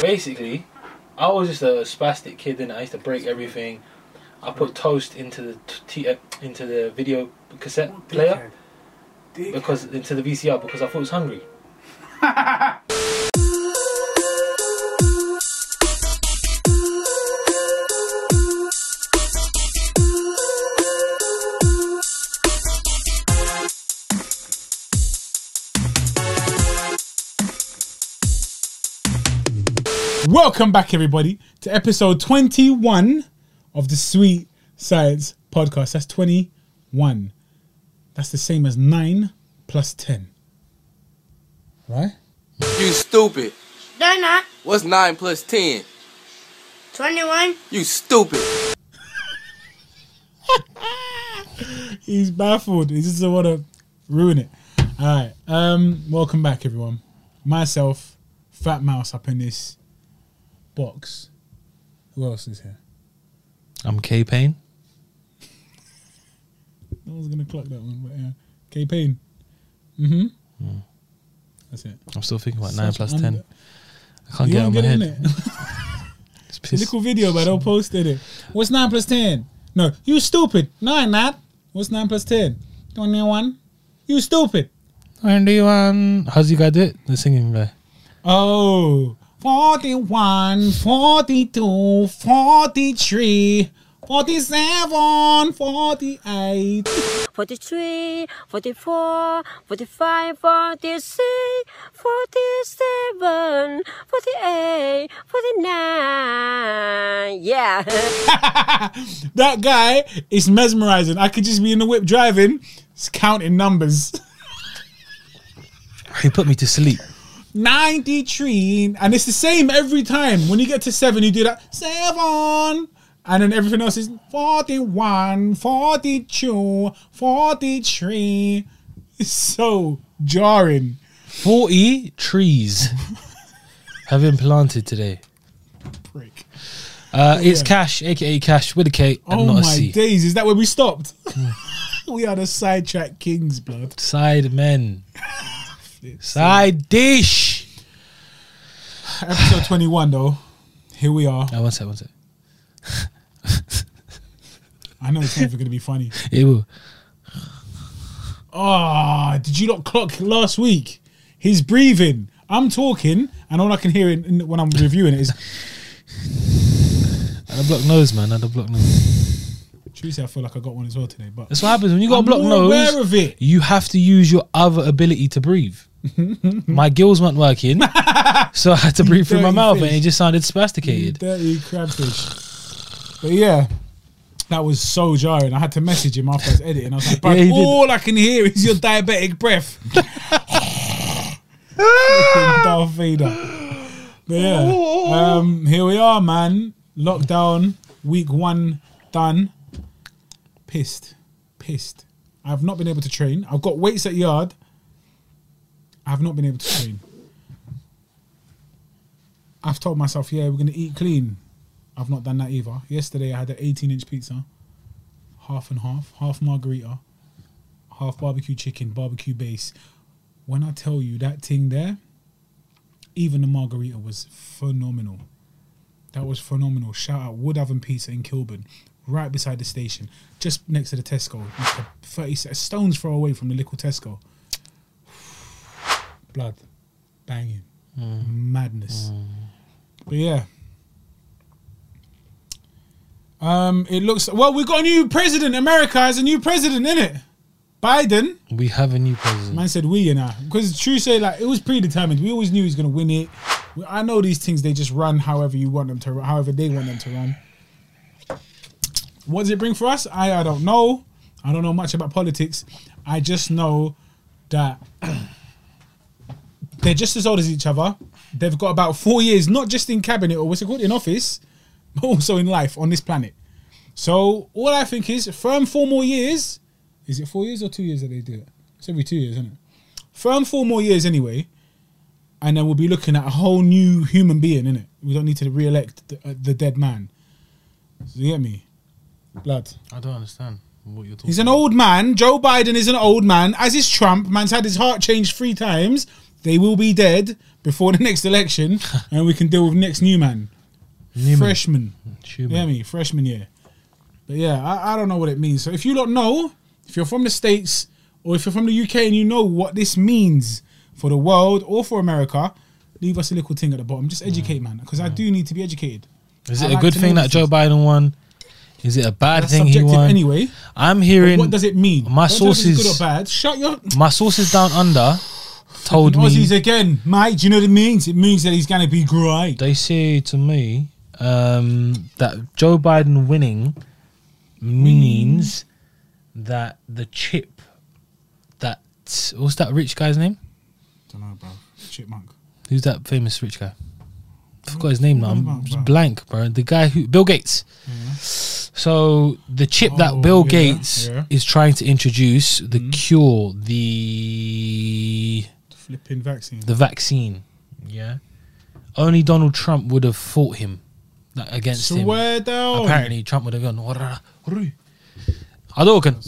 Basically, I was just a spastic kid, and I used to break everything. I put toast into the t- t- uh, into the video cassette player Dickhead. because into the VCR because I thought I was hungry. Welcome back, everybody, to episode 21 of the Sweet Science Podcast. That's 21. That's the same as 9 plus 10. Right? You stupid. They're not. What's 9 plus 10? 21. You stupid. He's baffled. He just doesn't want to ruin it. All right. Um, welcome back, everyone. Myself, Fat Mouse, up in this box. Who else is here? I'm K Pain. No one's going to clock that one, but yeah. K Pain. Mm hmm. That's it. I'm still thinking about Such nine plus under- ten. I can't You get it out don't of my get it, head. innit? It's It's a pissed. little video, but I don't posted it. What's nine plus ten? No, you stupid. No, I'm not. What's nine plus ten? Twenty-one. You stupid. Twenty-one. um, How's you guy do it? The singing guy. Oh. 41, 42, 43, 47, 48. 43, 44, 45, 46, 47, 48, 49. Yeah. That guy is mesmerizing. I could just be in the whip driving, just counting numbers. He put me to sleep. 93 and it's the same every time when you get to 7 you do that 7 and then everything else is 41 42 43 it's so jarring Forty trees have been planted today. prick Uh, it's Cash, aka Cash, with a K and oh not a my C. days is that where we stopped we are the sidetrack kings blood Side men. Side dish. episode 21 though here we are Oh, one sec, one sec. i know it's never going to be funny It will. Ah, did you not clock last week? He's breathing. I'm talking, and all I can hear in, in- when I'm reviewing it is. And a block nose, man. And a block nose. Truthfully, I feel like I got one as well today, but That's what happens when you got I'm a block more nose. aware of it. you have to use your other ability to breathe. my gills weren't working, so I had to breathe through my dirty mouth, fish. and it just sounded You spasticated. dirty crabfish. But yeah, that was so jarring. I had to message him after I was editing. I was like, "Bro, Yeah, he did. all I can hear is your diabetic breath." Fucking Darth Vader. But yeah, um, here we are, man. Lockdown week one done. Pissed, pissed. I've not been able to train. I've got weights at yard. I've not been able to train. I've told myself, yeah, we're gonna eat clean. I've not done that either. Yesterday I had an 18 inch pizza, half and half, half margarita, half barbecue chicken, barbecue base. When I tell you that thing there, even the margarita was phenomenal. That was phenomenal. Shout out Wood Oven Pizza in Kilburn, right beside the station, just next to the Tesco. Like a 30 se- a stones throw away from the little Tesco. Blood, banging, madness. But yeah. Um, it looks well. We got a new president. America has a new president in it. Biden. We have a new president. Man said we, you know, because true say like it was predetermined. We always knew he was gonna win it. We- I know these things; they just run however you want them to, run, however they want them to run. What does it bring for us? I I don't know. I don't know much about politics. I just know that they're just as old as each other. They've got about four years, not just in cabinet or what's it called, in office, but also in life on this planet. So all I think is firm four more years. Is it four years or two years that they do it? It's every two years, isn't it? Firm four more years anyway, and then we'll be looking at a whole new human being, innit? We don't need to re-elect the, uh, the dead man. So you get me, blood. I don't understand what you're talking. He's an old man. Joe Biden is an old man, as is Trump. Man's had his heart changed three times. They will be dead before the next election, and we can deal with next new man, Newman. freshman. Schumann. You hear me? Freshman year. But yeah, I, I don't know what it means. So if you don't know, if you're from the States or if you're from the UK and you know what this means for the world or for America, leave us a little thing at the bottom. Just educate, man, because I do need to be educated. Is it I a like good to thing know that these Joe things. Biden won? Is it a bad That's thing he subjective won? anyway. I'm But hearing what does it mean? my Don't tell me if it's sources- good or bad. Shut your my sources down under told me Aussies again, mate. Do you know what it means? It means that he's gonna be great. they say to me um, that Joe Biden winning means that the chip that what's that rich guy's name? don't know, bro. Chipmunk. Who's that famous rich guy? Hmm, I forgot his name now. I'm What about, bro? blank, bro. The guy who Bill Gates. So the chip Oh, that Bill yeah, Gates yeah. is trying to introduce, the cure, the Flipping vaccine. the vaccine. Yeah. Only Donald Trump would have fought him like, against him. Swear down. Apparently, Trump would have gone. "Warra, warri." Adokan.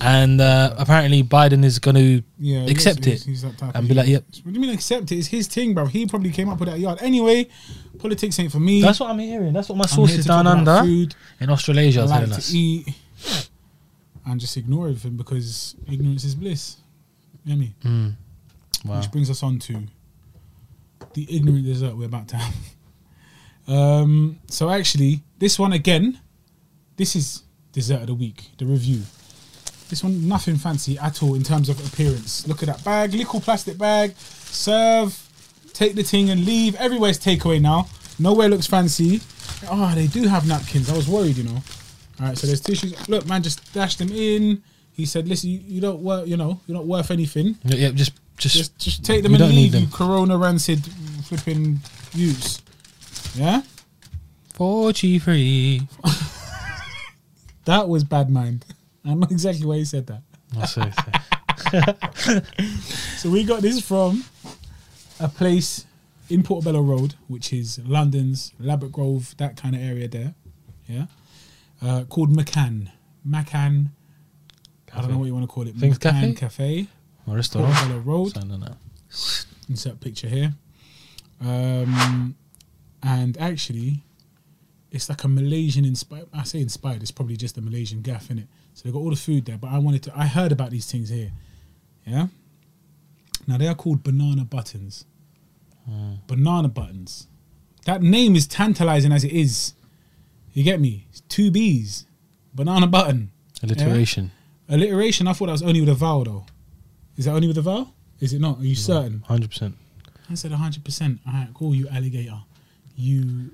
And uh, apparently, Biden is going to yeah, he accept is- he's- it he's that type and of be like, dude. "Yep." What do you mean accept it? It's his thing, bro. He probably came up with that yard. Anyway, politics ain't for me. That's what I'm hearing. That's what my I'm here sources to down talk about under Food. in Australasia I are like telling to us. eat, and just ignore everything because ignorance is bliss. You know me? Mm. Wow. Which brings us on to the ignorant dessert we're about to have. Um, so actually, this one again, this is dessert of the week, the review. This one, nothing fancy at all in terms of appearance. Look at that bag, little plastic bag. Serve, take the thing and leave. Everywhere's takeaway now. Nowhere looks fancy. Oh, they do have napkins. I was worried, you know. All right, so there's tissues. Look, man, just dash them in. He said, "Listen, you, you don't work. You know, you're not worth anything Yeah, yeah, just, just, just just take them we and don't leave need you them. corona rancid flipping use. Yeah? Forty free. That was bad mind. I know exactly why he said that. Oh, sorry, sorry. So we got this from a place in Portobello Road, which is London's Labrick Grove, that kind of area there. Yeah. Uh, called McCann. McCann. I don't know what you want to call it. Things McCann Cafe? Cafe. Or restaurant. Portobello Road. Something like that. insert picture here. Um, and actually, it's like a Malaysian inspired. I say inspired. It's probably just a Malaysian gaff in it. So they got all the food there. But I wanted to. I heard about these things here. Yeah. Now they are called banana buttons. Banana buttons. That name is tantalizing as it is. You get me? It's two B's. Banana button. Alliteration. Alliteration. I thought that was only with a vowel though. Is that only with a vowel? Is it not? Are you certain? Hundred percent. I said 100%. All right, cool, you alligator. You.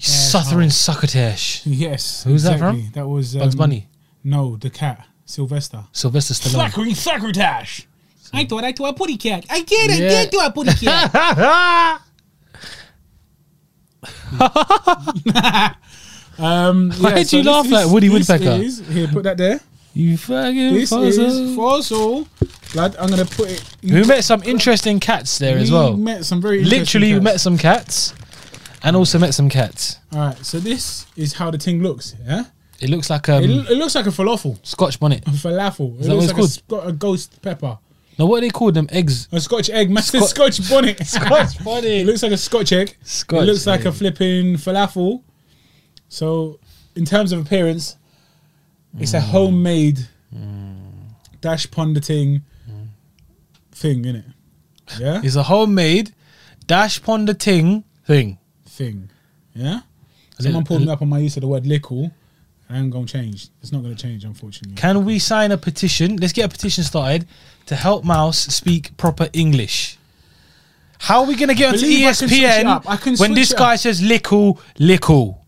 Southern Succotash. Yes. Who's that that from? That was. Um, Bugs Bunny. No, the cat. Sylvester. Sylvester Stallone. Zachary Sacritash. I thought I thought a putty cat. I did, I Yeah. did do a putty cat. um, Why did you laugh like Woody Woodpecker? Is, here, put that there. You fucking This is fossil. fossil. Blood. I'm gonna put it. We met some interesting cats there as we well. Met some very Literally, we interesting met some cats, and also met some cats. All right, so this is how the thing looks. Yeah, It looks like it, um it looks like a falafel. Scotch bonnet. A falafel. It that looks what like it's a, sco- a ghost pepper. Now, what do they call them? Eggs. A Scotch egg, man. Scot- Scotch bonnet. Scotch bonnet. it looks like a Scotch egg. Scotch it looks like a egg. flipping falafel. So, in terms of appearance, it's Mm. a homemade dash ponditing thing, innit? Yeah, It's a homemade dash ponder ting thing. thing. Yeah. Someone pulled me up on my use of the word lickle. I ain't gonna change. It's not gonna change, unfortunately. Can we sign a petition? Let's get a petition started to help Mouse speak proper English. How are we going to get onto E Believe I can switch it up. I can ESPN when switch this it guy up. says lickle, lickle,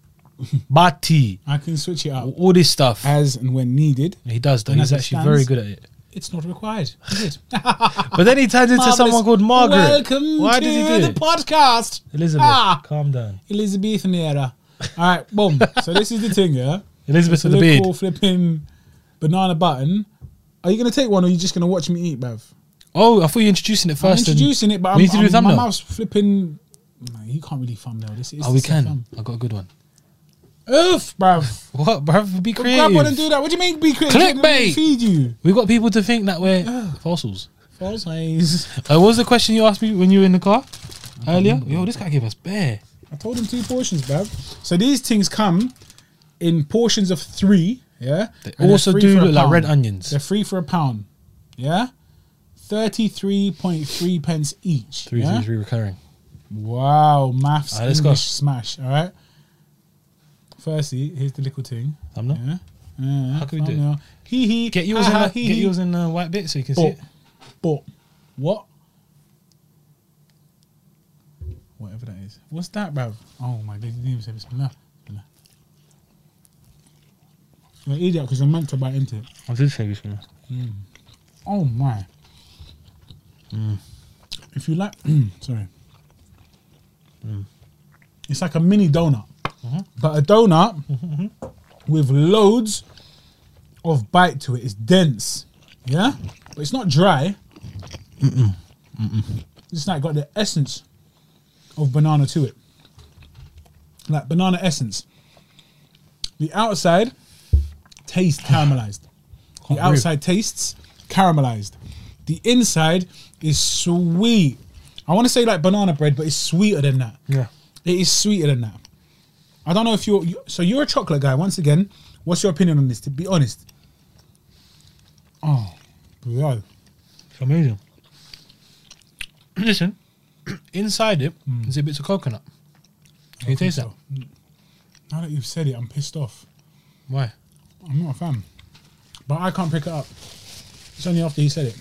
bati, I can switch it up all this stuff? as and when needed. He does, though. And as He's it actually stands- very good at it. It's not required. Is it? But then he turns into Marvelous. someone called Margaret. Welcome Why to does he do the it? podcast. Elizabeth, Ah, calm down. Elizabethan era. All right, boom. so this is the thing, yeah? Elizabeth So with the beard. flipping banana button. Are you going to take one or are you just going to watch me eat, bruv? Oh, I thought you were introducing it I'm first. and- introducing it, but I'm, we need to do I'm- thumbnail. my mouth's flipping... Man, you can't really thumbnail this. It's Oh, we just a can. thumb. I got a good one. Oof, bruv. What, bruv? Be creative. Grab one and do that. What do you mean be creative? Let me Clickbait. Feed you. We've got people to think that we're fossils. False eyes. Uh, what was the question you asked me when you were in the car earlier? Yo, this guy gave us bear. I told him two portions, bruv. So these things come in portions of three. Yeah. They And they're also free do for a look like red pound. onions. They're free for a pound. Yeah. Thirty-three point three pence each. Three, yeah? three, three recurring. Wow, maths Alright, let's go. English smash. All right. Firstly, here's the little thing. I'm not. Yeah. yeah. Uh, How can we do it? thumbnail. Hee hee. Get yours ha in. ha, the hee get hee. yours in the white bit so you can see But, it. but what? Whatever that is. What's that, bruv? Oh my god, you didn't even say bismillah. Bismillah. You're an idiot because you're meant to bite into it. I did say this one. Oh my. If you like, mm, sorry. Mm. It's like a mini donut, but a donut with loads of bite to it. It's dense, yeah, but it's not dry. It's like got the essence of banana to it, like banana essence. The outside tastes caramelized. The Can't breathe. outside tastes caramelized. The inside is sweet. I want to say like banana bread, but it's sweeter than that. Yeah. It is sweeter than that. I don't know if you're you- so you're a chocolate guy. Once again, what's your opinion on this? To be honest, oh, bro, It's amazing. Listen, inside it is a bit of coconut. Can you taste that? now that you've said it, I'm pissed off. Why? I'm not a fan, but I can't pick it up. It's only after he said it.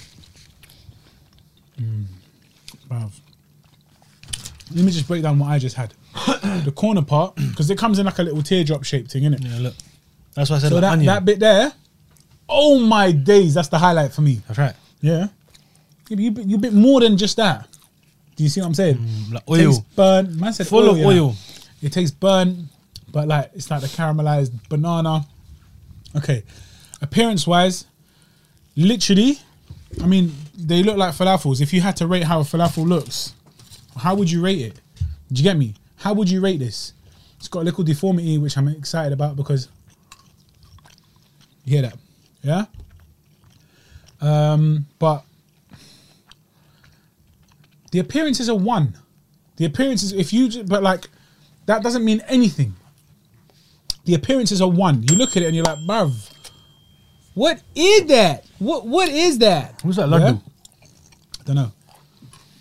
Mm. Wow. Let me just break down what I just had. the corner part, because it comes in like a little teardrop shaped thing, innit? Yeah, look. That's why I said So the that, onion. that bit there, oh my days, that's the highlight for me. That's right. Yeah. yeah but you, bit- you bit more than just that. Do you see what I'm saying? Hmm, Like oil. Tastes burnt. Man said Full of yeah. oil. It tastes burnt, but like it's like the caramelized banana. Okay, appearance wise, literally, I mean, they look like falafels. If you had to rate how a falafel looks, how would you rate it? Do you get me? How would you rate this? It's got a little deformity, which I'm excited about because you hear that, yeah. Um, but the appearance is a one. The appearance is if you, ju- but like that doesn't mean anything. The appearances are one. You look at it and you're like, bruv, what is that? What what is that? Who's that laddu? I don't know.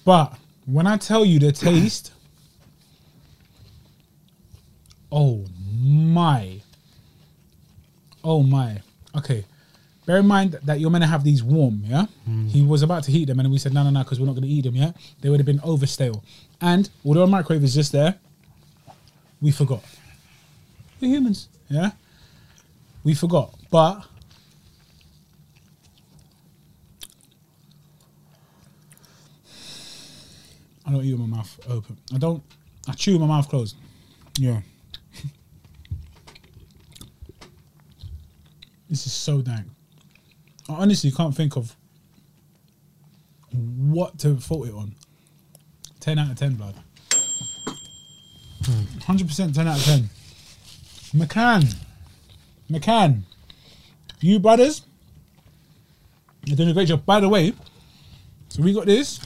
But when I tell you the taste, oh my. Oh my. Okay. Bear in mind that you're meant to have these warm, yeah? He was about to heat them and we said, no, no, no, because we're not going to eat them, yeah? They would have been over stale. And although a microwave is just there, we forgot. We're humans, yeah? We forgot. But I don't eat with my mouth open. I don't. I chew with my mouth closed. Yeah. this is so dank. I honestly can't think of what to fault it on. Ten out of ten, blood. Hundred percent, ten out of ten. McCann, McCann, you brothers, you're doing a great job. By the way, so we got this.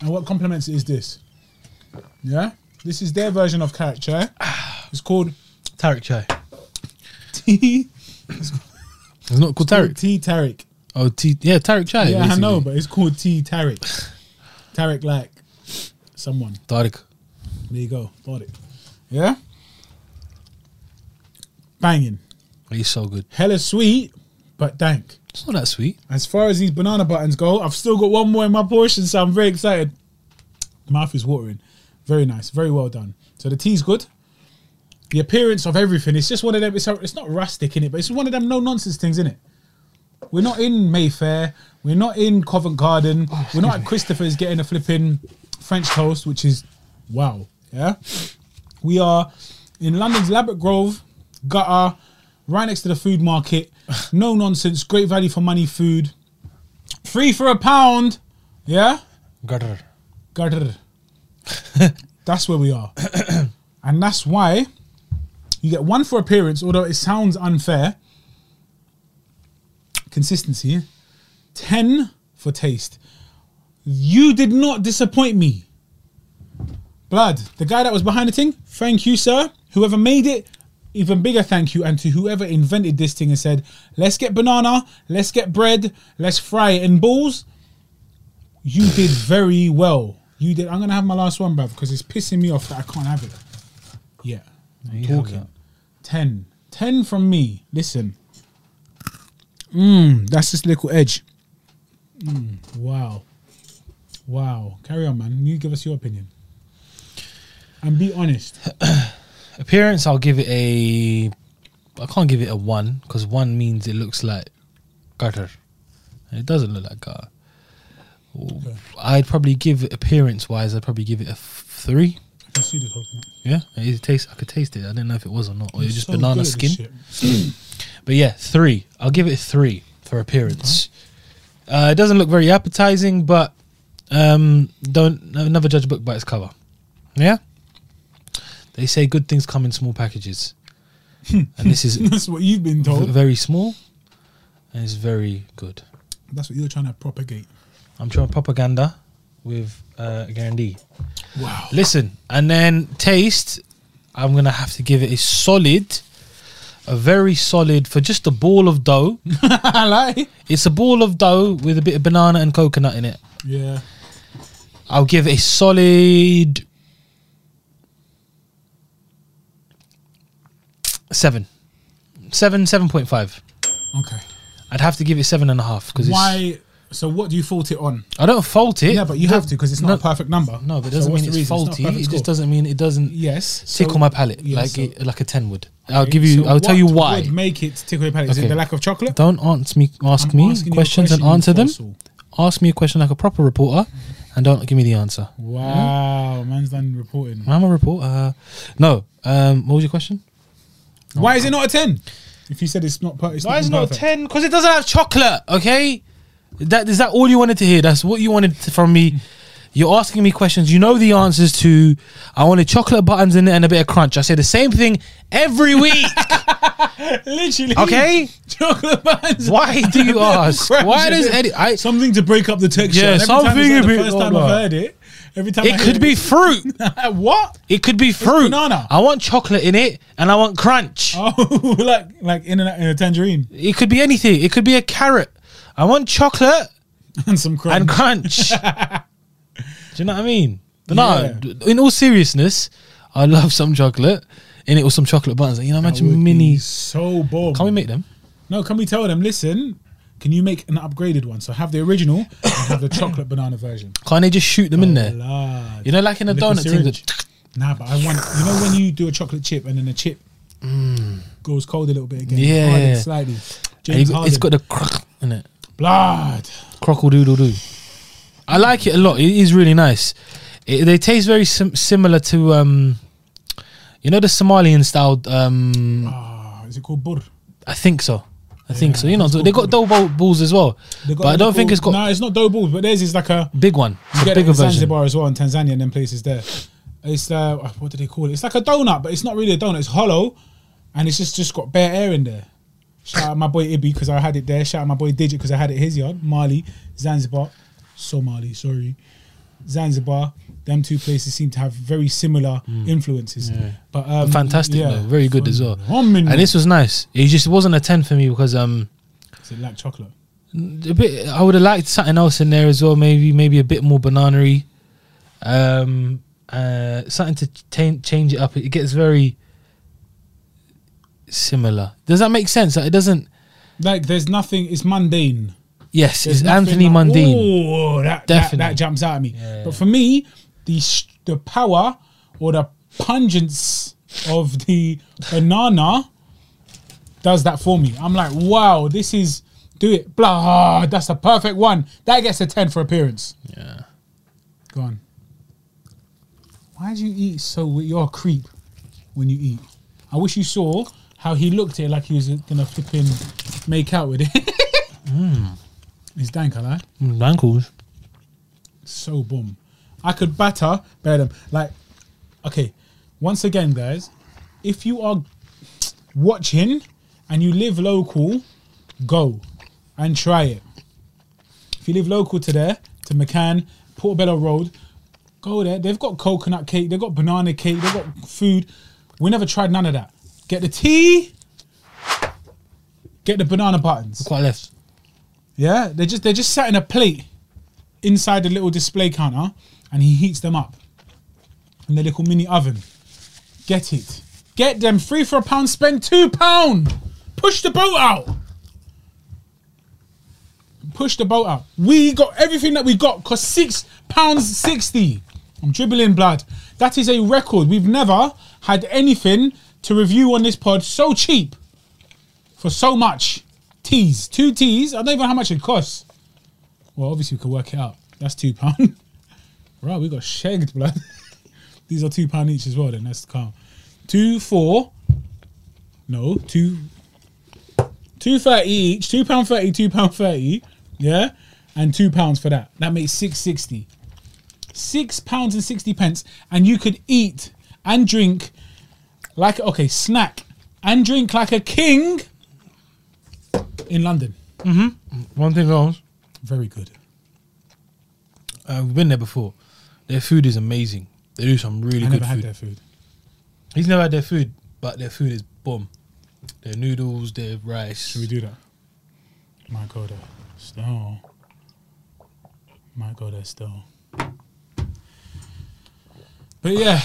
And what compliments is this? Yeah? This is their version of carrot chai. It's called Tarek chai. tea It's not called Tarek. tea taric. Oh, tea. Yeah, Tarek chai. Yeah, I basically. know, but it's called tea taric. Taric like someone. Tarek. There you go. Bought it. Yeah? Banging. He's so good. Hella sweet, but dank. It's not that sweet. As far as these banana buttons go, I've still got one more in my portion, so I'm very excited. Mouth is watering. Very nice. Very well done. So the tea's good. The appearance of everything. It's just one of them. It's, it's not rustic in it, but it's one of them no nonsense things in it. We're not in Mayfair. We're not in Covent Garden. We're not at Christopher's getting a flipping French toast, which is wow. Yeah. We are in London's Labrick Grove, gutter, right next to the food market. No nonsense, great value for money food. Free for a pound. Yeah? Gutter. Gutter. that's where we are. and that's why you get one for appearance, although it sounds unfair. Consistency. 10 for taste. You did not disappoint me. Blood, the guy that was behind the thing, thank you, sir. Whoever made it, even bigger thank you. And to whoever invented this thing and said, let's get banana, let's get bread, let's fry it in balls. You did very well. You did. I'm going to have my last one, bruv, because it's pissing me off that I can't have it. Yeah. I'm you have talking. that. 10. 10 from me. Listen. Mmm, that's this little edge. Mm, wow. Wow. Carry on, man. You give us your opinion. And be honest. Appearance, I'll give it a. I can't give it a one because one means it looks like gutter, and it doesn't look like gutter. I'd probably give it appearance wise. I'd probably give it a f- three. I can see the coconut. Yeah, it tastes. I could taste it. I didn't know if it was or not, or it's just So good banana at this skin. shit. But yeah, three. I'll give it a three for appearance. Uh, it doesn't look very appetizing, but um, don't no- never judge a book by its cover. Yeah. They say good things come in small packages, and this is v- That's what you've been told. very small, and it's very good. That's what you're trying to propagate. I'm trying propaganda with uh, Gandhi. Wow. Listen, and then taste. I'm gonna have to give it a solid, a very solid for just a ball of dough. I lie. It's a ball of dough with a bit of banana and coconut in it. Yeah. I'll give it a solid seven, seven, seven point five. Okay. I'd have to give it seven and a half because I Why? So what do you fault it on? don't fault it. yeah, but you have to because it's not no- a perfect number. No, but it So doesn't what's mean the it's reason? not a faulty. perfect it score. just doesn't mean it doesn't Yes. tickle so- my palate yeah, like so- it, like a ten would. I'll Okay, give you. so I'll tell what you why. Would make it tickle your palate? Is Okay. it the lack of chocolate? Don't answer me. Ask I'm me asking you a questions question, and you answer them. fossil. Ask me a question like a proper reporter, and don't give me the answer. Wow, man's done reporting. I'm a reporter. No. Um, what was your question? Why is it not a ten? If you said it's not, per- it's Oh, Why is it not a perfect. ten? Because it doesn't have chocolate. Okay. That is that all you wanted to hear? That's what you wanted to- from me. You're asking me questions. You know the answers to. I wanted chocolate buttons in it and a bit of crunch. I say the same thing every week. Literally, Okay. chocolate buns. Why do you ask? crunch Why in does it. Eddie? I, Something to break up the texture. Yeah, And every time something it's a like bit- the first time hold on. I've heard it. Every time I it hear could be fruit. what? It could be fruit. banana. I want chocolate in it and I want crunch. Oh, like like in and out in a tangerine It could be anything. It could be a carrot. I want chocolate and some crunch. and crunch. Do you know what I mean? But no, Yeah. d- in all seriousness, I love some chocolate in it or some chocolate buttons. You know, That would imagine be mini. So bomb. Can we make them? No, can we tell them? Listen, can you make an upgraded one? So have the original and have the chocolate banana version. Can't they just shoot them in there? Lad. You know, like in a Little donut thing. Uh, syringe. that- Nah, but I want you know when you do a chocolate chip and then the chip goes cold a little bit again. Mm. Yeah. hardened slightly. James It- it's Harden. got the croc in it. blood. Crockle doodle doo. I like it a lot. It is really nice. It, they taste very sim- similar to um, you know, the Somalian style. Um, Ah, is it called bur? I think so. I think so. You know, it's they got dough ball- balls as well, They but I don't think it's got No, it's not dough balls, but theirs is like a big one. It's you a get it bigger in version. Zanzibar as well in Tanzania and then places there. It's uh, what do they call it? It's like a donut, but it's not really a donut. It's hollow, and it's just just got bare air in there. Shout out my boy Ibby because I had it there. Shout out my boy Digit because I had it his yard. Mali, Zanzibar, Somali, sorry, Zanzibar. Them two places seem to have very similar influences. But um, Mm. Fantastic, yeah. though. very good as well. Phenomenal. And this was nice. It just wasn't a ten for me because um, Is it like chocolate. a bit. I would have liked something else in there as well. Maybe maybe a bit more bananery, um, uh, something to ta- change it up. It gets very similar. Does that make sense? Like, it doesn't. Like there's nothing. It's mundane. Yes, There's it's nothing Anthony like, Mundine. "Ooh, that, that, Definitely. that jumps out at me. Yeah. But for me, the sh- the power or the pungence of the banana does that for me. I'm like, wow, this is do it. Blah, that's a perfect one. That gets a ten for appearance. Yeah. Go on. Why do you eat so? wi- You're a creep when you eat. I wish you saw how he looked at it like he was gonna flip him, make out with it. It's dank, I like Mm, Ankles. so bomb. I could batter bear them. Like, okay, once again, guys, if you are watching and you live local, go and try it. If you live local to there, to McCann, Portobello Road, go there. They've got coconut cake, they've got banana cake, they've got food. We never tried none of that. Get the tea, get the banana buttons. Quite left. Yeah, they just they just sat in a plate inside the little display counter, and he heats them up in the little mini oven. Get it, get them free for a pound. Spend two pound. Push the boat out. Push the boat out. We got everything that we got cost six pounds sixty. I'm dribbling blood. That is a record. We've never had anything to review on this pod so cheap for so much. Teas, two teas. I don't even know how much it costs. Well, obviously we could work it out. That's two pound. right, we got shagged, blood. These are two pound each as well. Then that's calm. Two four. No two. Two thirty each. Two pound thirty. Two pound thirty. Yeah, and two pounds for that. That makes six sixty. Six pounds and sixty pence, and you could eat and drink like okay, snack and drink like a king in London. One thing goes. Very good. Uh, we've been there before. Their food is amazing. They do some really I good never food. had their food. He's never had their food, but their food is bomb. Their noodles, their rice. Should we do that? My God, uh, still. My God, uh, still. But yeah,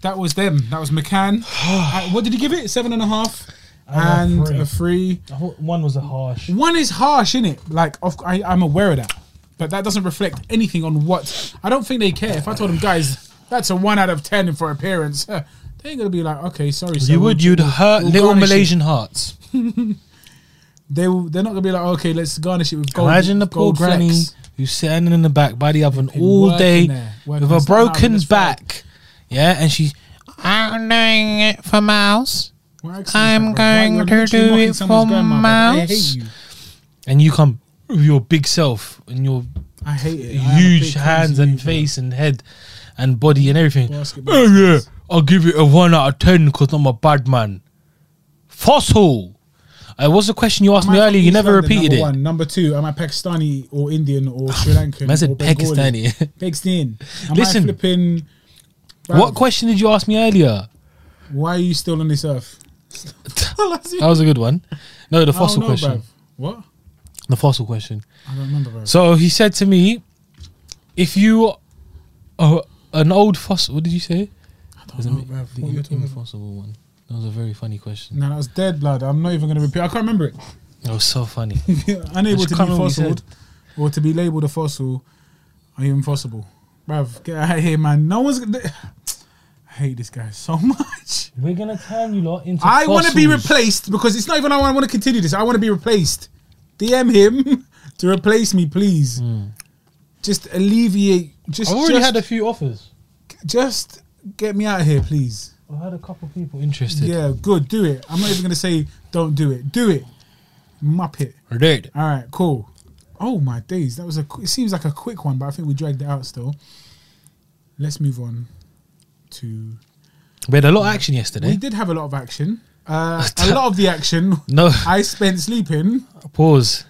that was them. That was McCann. Uh, what did he give it? Seven and a half And and a a three. I thought one was a harsh. One is harsh, isn't it? Like, of, I, I'm aware of that, but that doesn't reflect anything on what. I don't think they care. If I told them, guys, that's a one out of ten for appearance, they ain't gonna be like, okay, sorry. sir, You would, we'll- you'd hurt we'll little garnish it. Malaysian hearts. They will, they're not gonna be like, okay, let's garnish it with gold. Imagine the poor gold granny flecks." who's sitting in the back by the oven Been all working day there, working with something a out in broken this field. back. Yeah, and she. I'm doing it for mouse. What accent is I'm that, bro? Why- going you're to literally do mocking it someone's for grandma, bro. I mouse. hate you. And you come with your big self and your I hate it. I am a huge big hands clumsy and dude, bro. face and head and body and everything. Basketball Oh yeah, skills. I'll give it a one out of ten because I'm a bad man. Fossil. Uh, what's the question you asked Am I me from earlier? You East never London, repeated number it. One. Number two, am I Pakistani or Indian or Sri Lankan? Man said or Bengali? Pakistani. Pakistan. Am Listen. I flipping? Bruv, What question did you ask me earlier? Why are you still on this earth? Tell us you- That was a good one. No, the I don't fossil know, question. bruv. What? The fossil question. I don't remember. Bruv. So he said to me, "If you are an old fossil, what did you say? I don't know, bruv. The What you're talking about? impossible one. That was a very funny question. No, that was dead blood. I'm not even going to repeat. I can't remember it. That was so funny. Unable just to be can't remember what you fossiled or to be labelled a fossil are you impossible. Bruv, get out of here, man. No one's gonna. I hate this guy so much. We're gonna turn you lot into. I want to be fossils. replaced because it's not even I want to continue this. I want to be replaced. DM him to replace me, please. Just alleviate. Just, Hmm. I've already just, had a few offers. just get me out of here, please. I've had a couple people interested. Yeah, good. Do it. I'm not even gonna say don't do it. Do it. Muppet. Dude, All right, cool. Oh my days, that was a. qu- It seems like a quick one, but I think we dragged it out still. Let's move on to. we had a lot of action We yesterday. did have a lot of action. Uh, a lot of the action No, I spent sleeping. pause.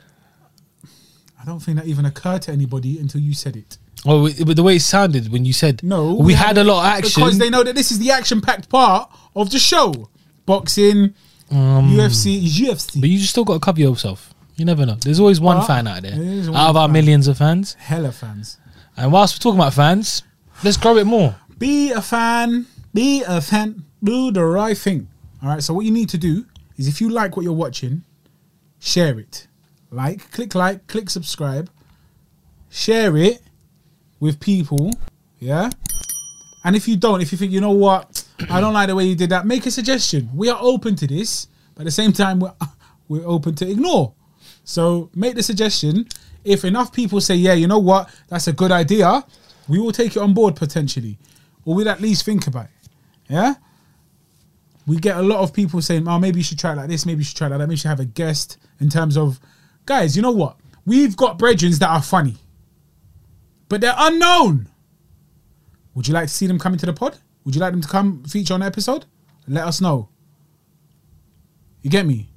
I don't think that even occurred to anybody until you said it. Well, we- but the way it sounded when you said No, we, had, a lot of action. because they know that this is the action-packed part of the show. Boxing, UFC, UFC. but you just still got to cover yourself. You never know. There's always one But fan out there, there is one out of our fan. millions of fans. Hella fans. And whilst we're talking about fans, let's grow it more. Be a fan. Be a fan. Do the right thing. All right. So what you need to do is, if you like what you're watching, share it. Like, click like, click subscribe. Share it with people. Yeah. And if you don't, if you think you know what, I don't like the way you did that, make a suggestion. We are open to this, but at the same time, we're we're open to ignore. So make the suggestion. If enough people say, yeah, you know what, that's a good idea, we will take it on board potentially. Or we'll at least think about it. Yeah? We get a lot of people saying, oh, maybe you should try it like this, maybe you should try it like that, maybe you should have a guest in terms of, guys, you know what? We've got brethren that are funny, but they're unknown. Would you like to see them come into the pod? Would you like them to come feature on the episode? Let us know. You get me?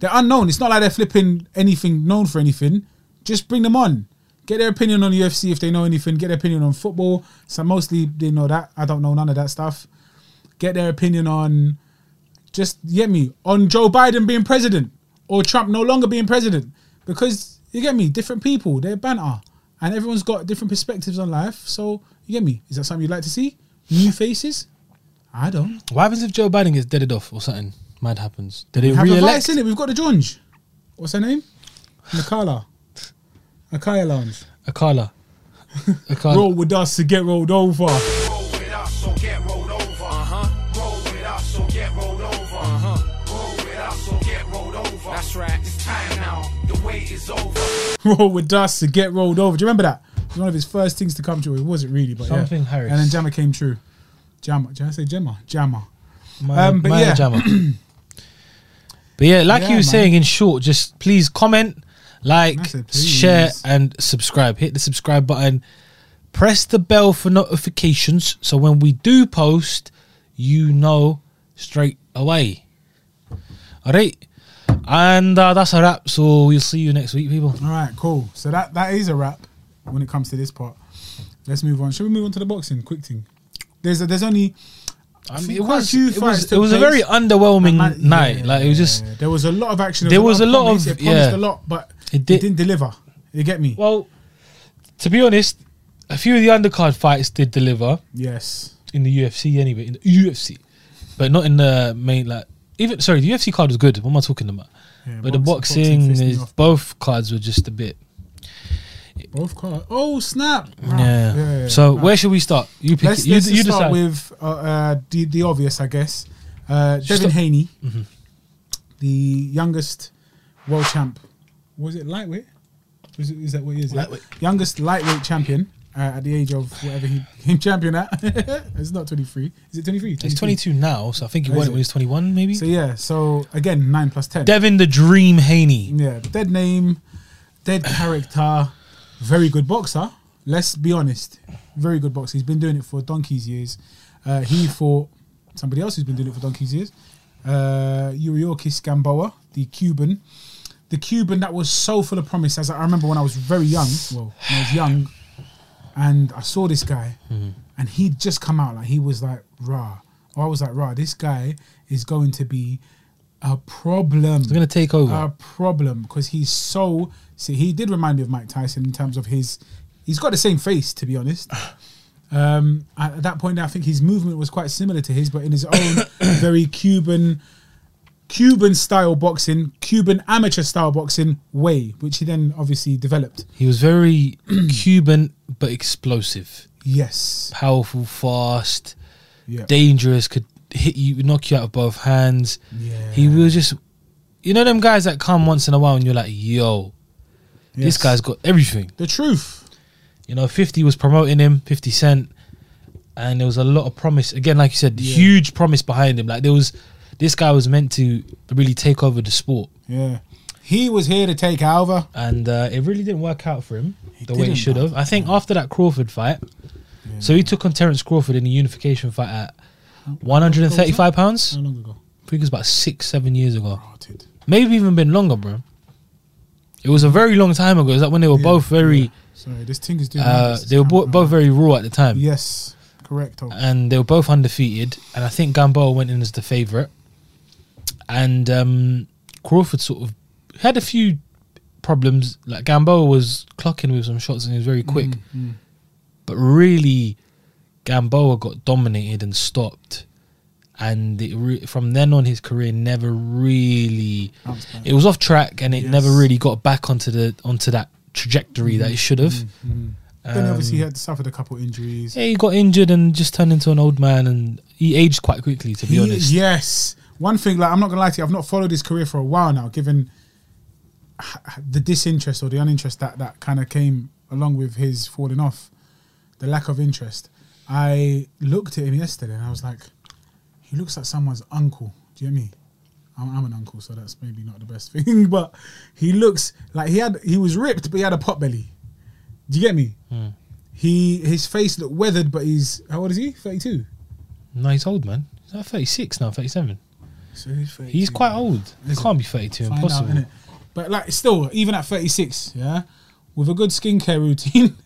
They're unknown. It's not like they're flipping anything known for anything. Just bring them on. Get their opinion on UFC if they know anything. Get their opinion on football. So mostly they know that. I don't know none of that stuff. Get their opinion on just you get me on Joe Biden being president or Trump no longer being president because you get me different people they're banter and everyone's got different perspectives on life so you get me is that something you'd like to see new faces I don't What happens if Joe Biden gets deaded off or something mad happens? Did he have a vice re-elect? in it we've got the Junge what's her name Nakala Akaya Lounge Akala. Akala. roll with us to get rolled over Roll with us, so get rolled over. Uh-huh. Roll with us, so get rolled over. Uh-huh. Roll with us, so get rolled over. That's right. It's time now. The wait is over. roll with us to get rolled over do you remember that it was one of his first things to come true it wasn't really but yeah. Something Harris. and then Jammer came true Jammer did I say Gemma Jammer My, Um, but my yeah. Jama. but yeah, like Yeah, you were man. saying, in short, just please comment, like, I said please. share, and subscribe. Hit the subscribe button. Press the bell for notifications so when we do post, you know straight away. All right. And uh, that's a wrap. So we'll see you next week, people. All right, cool. So that that is a wrap when it comes to this part. Let's move on. Should we move on to the boxing quick thing? There's a, there's only I mean, Quite Um, it a was few it fights was, took it was a place. very underwhelming Man- yeah, night. Like it was just there was a lot of action. There was a lot promise. of- it promised yeah. a lot, but It it, did- did, not deliver. You get me? well. To be honest, a few of the undercard fights did deliver. yes. in the UFC anyway, in the UFC, but not in the main like. Even sorry, the UFC card was good. What am I talking about? Yeah, but the box- boxing, pissed me is off. both cards were just a bit. both cards. Oh snap! Right. yeah. So where should we start? You pick. let's, it. You, let's you just decide. start with uh, uh, the the obvious, I guess. Uh, Just Devin stop- Mm-hmm. Haney, the youngest world champ. Was it lightweight? Was it, is that what it is? yeah? Lightweight. Youngest lightweight champion uh, at the age of whatever he became champion at. it's not twenty three. Is it twenty three? he's 22 now, so I think he Is won it it? when he was 21, maybe. So yeah. So again, nine plus ten. Devin the Dream Haney. Yeah, dead name, dead character, very good boxer. Let's be honest, very good boxer. He's been doing it for donkey's years. Uh, he fought somebody else who's been doing it for donkey's years. Uh, Uriokis Gamboa, the Cuban, the Cuban that was so full of promise. As I remember when I was very young, well, when I was young, and I saw this guy, Mm-hmm. and he'd just come out like he was like rah. I was like rah. This guy is going to be a problem He's gonna take over. a problem because he's so. See, he did remind me of Mike Tyson in terms of his. He's got the same face, to be honest. Um, at, at that point, I think his movement was quite similar to his, but in his own very Cuban, Cuban style boxing, Cuban amateur style boxing way, which he then obviously developed. he was very Cuban but explosive, Yes, powerful, fast, yeah, dangerous. Could hit you, knock you out of both hands. yeah. He was just, you know, them guys that come once in a while and you're like, yo, Yes. this guy's got everything. the truth. You know, 50 was promoting him, 50 Cent, and there was a lot of promise. Again, like you said, Yeah. huge promise behind him. Like, there was, this guy was meant to really take over the sport, Yeah, he was here to take over. and uh, it really didn't work out for him the way it didn't, should man. have. I think after that Crawford fight, so he took on Terence Crawford in the unification fight at 135 pounds. How long ago? I think it was about six, seven years ago. Rotted. Maybe even been longer, bro. It was a very long time ago. It was like when they were Yeah, both very. Sorry, this thing is doing. Uh, this they were camera. both, both very raw at the time, Yes, correct. Oh. and they were both undefeated. And I think Gamboa went in as the favorite, and um, Crawford sort of had a few problems. Like Gamboa was clocking with some shots, and he was very quick, Mm, but really, Gamboa got dominated and stopped. And it re- from then on, his career never really. Bounce back. It was off track, and it never Yes. really got back onto the onto that trajectory that it should have. Mm. Then obviously he had suffered a couple injuries. Yeah, he got injured and just turned into an old man, and he aged quite quickly. To be He- honest, yes, one thing like I'm not gonna lie to you, I've not followed his career for a while now, given h- h- the disinterest or the uninterest that that kind of came along with his falling off, the lack of interest. I looked at him yesterday and I was like, he looks like someone's uncle. Do you know me? I'm, I'm an uncle, so that's maybe not the best thing, but he looks like he had he was ripped, but he had a pot belly. Do you get me? Hmm. He his face looked weathered, but he's how old is he? Thirty two. no, he's old man. He's like thirty six now, thirty seven. So he's 32. He's quite old. He Is it? can't be thirty two. Find out, Impossible. innit? but like, still, even at 36, yeah, with a good skincare routine,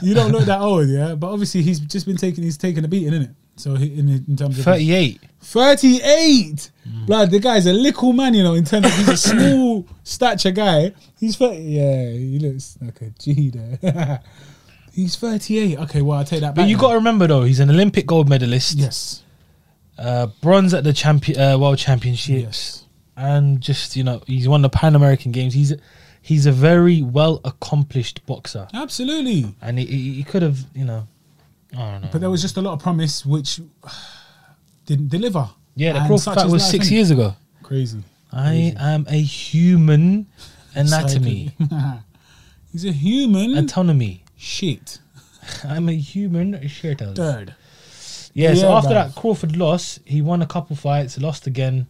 you don't look that old, yeah. But obviously, he's just been taking he's taking a beating in it. So he, in, in terms of his- 38. 38. Mm. Blood, the guy's a little man, you know, in terms of he's a small stature guy. He's 30. Yeah, he looks like a G there. he's 38. Okay, well, I'll take that back. But you now. got to remember though, he's an Olympic gold medalist, Yes. uh, bronze at the champion uh, world championships, Yes. and just you know he's won the Pan American Games. He's he's a very well accomplished boxer, Absolutely. and he, he, he could have you know I don't know. But there was just a lot of promise which didn't deliver. yeah, the And Crawford such fight is was life, six innit? years ago. Crazy. I am a human anatomy He's a human. anatomy. Shit. I'm a human shit. Yeah, Third. so Yeah, after man. that Crawford loss, he won a couple fights, lost again,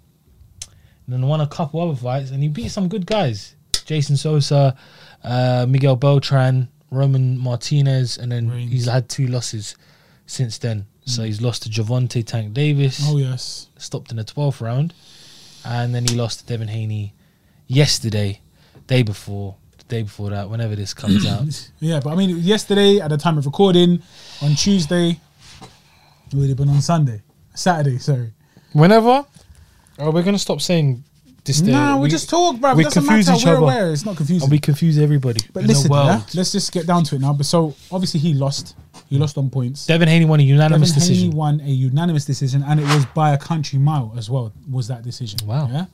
and then won a couple other fights, and he beat some good guys: Jason Sosa, uh, Miguel Beltran, Roman Martinez, and then Reigns. Mm. he's had two losses since then. So he's lost to Javante Tank Davis, Oh, yes. stopped in the twelfth round, and then he lost to Devin Haney yesterday, day before, the day before that, whenever this comes out. Yeah, but I mean, yesterday at the time of recording, on Tuesday, it would have been on Sunday. Saturday, sorry. Whenever? Oh, we're gonna stop saying this. day. Nah, we, just talk, bro. we It doesn't confuse matter. each We're other. aware. It's not confusing. and we confuse everybody. but in listen, the world. yeah, let's just get down to it now. But so obviously he lost. He lost on points. Devin Haney won a unanimous Devin Haney decision. won a unanimous decision, and it was by a country mile as well. Was that decision? Wow. Yeah.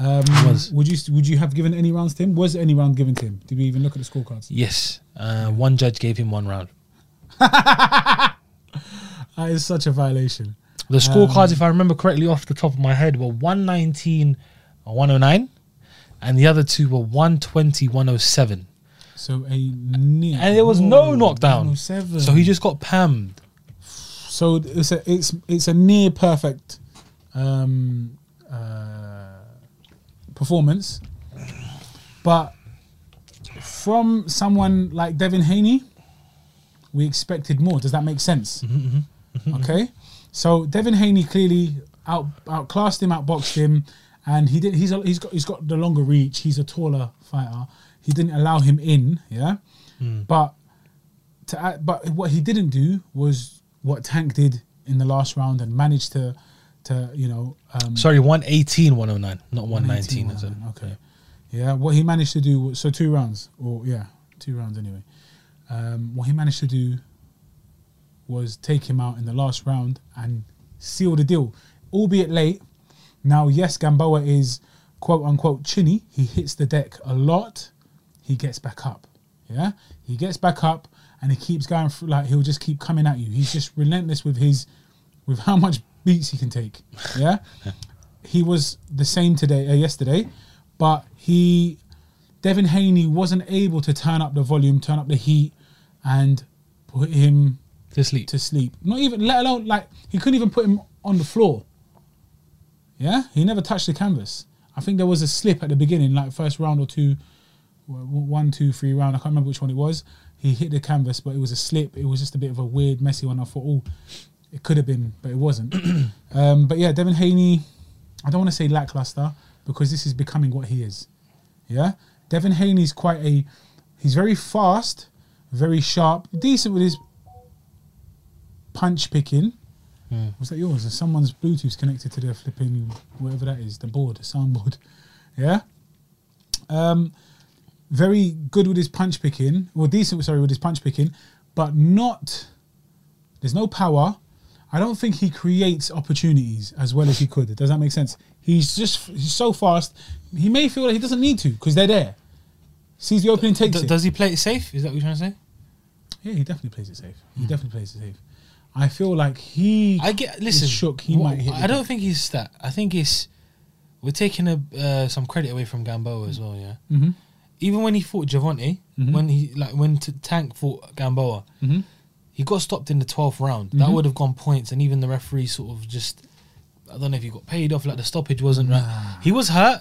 Um, was. Would you would you have given any rounds to him? Was any round given to him? Did we even look at the scorecards? Yes, uh, one judge gave him one round. That is such a violation. The scorecards, if I remember correctly, off the top of my head, were one nineteen, one hundred nine, and the other two were one twenty, one hundred seven. So a near, And there was no Whoa, knockdown, 107. so he just got pammed. So it's a it's it's a near perfect um, uh, performance, but from someone like Devin Haney, we expected more. Does that make sense? Okay, so Devin Haney clearly out outclassed him, outboxed him, and he did. He's a, he's got he's got the longer reach. He's a taller fighter. He didn't allow him in. Yeah, but to add, but what he didn't do was what Tank did in the last round and managed to to you know um, Sorry, 118, 109, not 119. 19, is it? wasn't it? Okay. Yeah, what he managed to do was so two rounds, or yeah, two rounds anyway. Um, what he managed to do was take him out in the last round and seal the deal, albeit late. Now, yes, Gamboa is quote unquote chinny. He hits the deck a lot. He gets back up. Yeah, he gets back up and he keeps going. Through, like he'll just keep coming at you. He's just relentless with his, with how much beats he can take. Yeah. he was the same today uh, yesterday, but he Devin Haney wasn't able to turn up the volume, turn up the heat, and put him To sleep. to sleep. Not even let alone like he couldn't even put him on the floor. Yeah, he never touched the canvas. I think there was a slip at the beginning, like first round or two, w- w- one, two, three round. I can't remember which one it was. He hit the canvas, but it was a slip. It was just a bit of a weird, messy one. I thought, oh, it could have been, but it wasn't. um, but yeah, Devin Haney. I don't want to say lackluster because this is becoming what he is. Yeah, Devin Haney's quite a. He's very fast, very sharp, decent with his punch picking. Hmm. Was that yours? Is someone's Bluetooth connected to their flipping whatever that is, the board, the soundboard? Yeah. Um, very good with his punch picking, or decent, sorry, with his punch picking, but not. There's no power. I don't think he creates opportunities as well as he could. Does that make sense? He's just he's so fast. He may feel like he doesn't need to because they're there. Sees the opening, takes D- it. does he play it safe? Is that what you're trying to say? Yeah, he definitely plays it safe. He definitely plays it safe. I feel like he. Hmm. I get. Listen, shook, he wh- might hit I the don't deck. think he's that. I think it's we're taking a, uh, some credit away from Gamboa as well. Yeah. Mhm. Even when he fought Javante, Mm-hmm. when he like when t- Tank fought Gamboa, Mhm. he got stopped in the twelfth round. Mm-hmm. That would have gone points, and even the referee sort of just. I don't know if he got paid off. Like the stoppage wasn't right. He was hurt,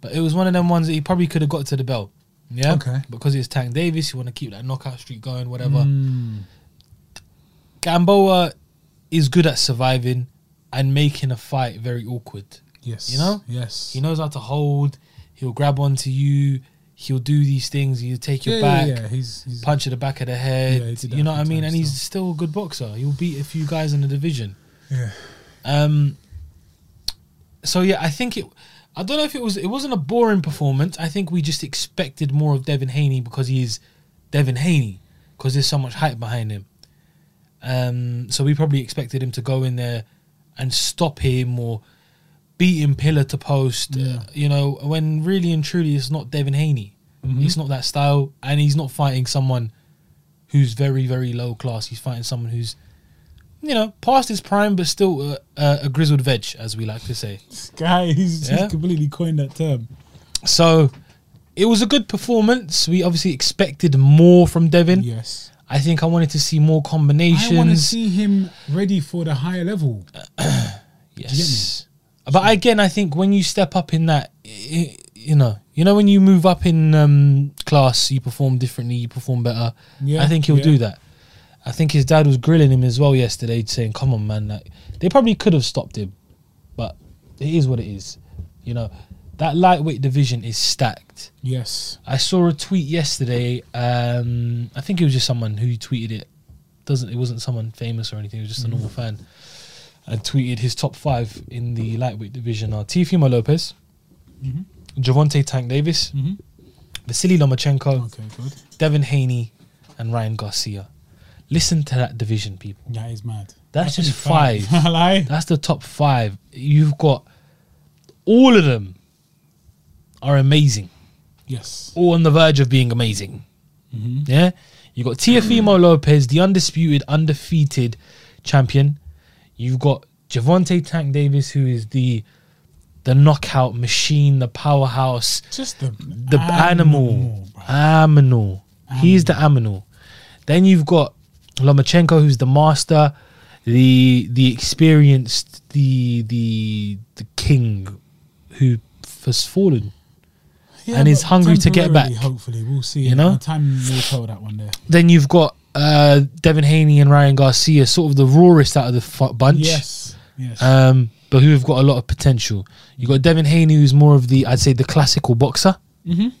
but it was one of them ones that he probably could have got to the bell. Yeah. Okay. Mm-hmm. Because it's Tank Davis, you want to keep that knockout streak going, whatever. Hmm. Gamboa is good at surviving and making a fight very awkward. Yes. You know? Yes. He knows how to hold. He'll grab onto you. he'll do these things. He'll take your yeah, back, yeah, yeah. He's, he's punch you the back of the Yeah, he head. did that you know a what I few mean? times And he's still a good boxer. He'll beat a few guys in the division. yeah. Um. So yeah, I think it. I don't know if it was. It wasn't a boring performance. I think we just expected more of Devin Haney because he is Devin Haney because there's so much hype behind him. Um. So we probably expected him to go in there and stop him or beat him pillar to post. Yeah. uh, you know, when really and truly it's not Devin Haney. It's not that style, and he's not fighting someone who's very very low class. He's fighting someone who's you know, past his prime, but still a, a, a grizzled veg, as we like to say. This guy, he's, Yeah? he's completely coined that term. So it was a good performance. We obviously expected more from Devin. Yes. I think I wanted to see more I want to combinations. see him ready for the higher level. Uh, yes. But again, I think when you step up in that, i- i- you know, you know, when you move up in um, class, you perform differently, you perform better. Yeah, I think he'll yeah. do that. I think his dad was grilling him as well yesterday, saying, "Come on, man! Like, they probably could have stopped him, but it is what it is. You know, that lightweight division is stacked. Yes. I saw a tweet yesterday. Um, I think it was just someone who tweeted it. Doesn't it wasn't someone famous or anything. It was just a normal fan, and tweeted his top five in the lightweight division are Teofimo Lopez, Javante Tank Davis, Mhm. Vasily Lomachenko, Okay, good. Devin Haney, and Ryan Garcia. Listen to that division, people. That is mad. That's just only five. I lie. That's the top five. You've got all of them are amazing Yes. all on the verge of being amazing. Yeah, you got Tiafimo Lopez, the undisputed, undefeated champion. You've got Javante Tank Davis, who is the the knockout machine, the powerhouse, Just the the animal, animal. He's the animal. Then you've got Lomachenko, who's the master, the the experienced, the the the king, who has fallen. Yeah, and he's but hungry to get temporarily, back. Hopefully, we'll see. You know? Uh, time will tell that one there. Then you've got uh, Devin Haney and Ryan Garcia, sort of the rawest out of the fu- bunch, Yes. Yes. um, but who have got a lot of potential. You've got Devin Haney, who's more of the, I'd say, the classical boxer. Mhm.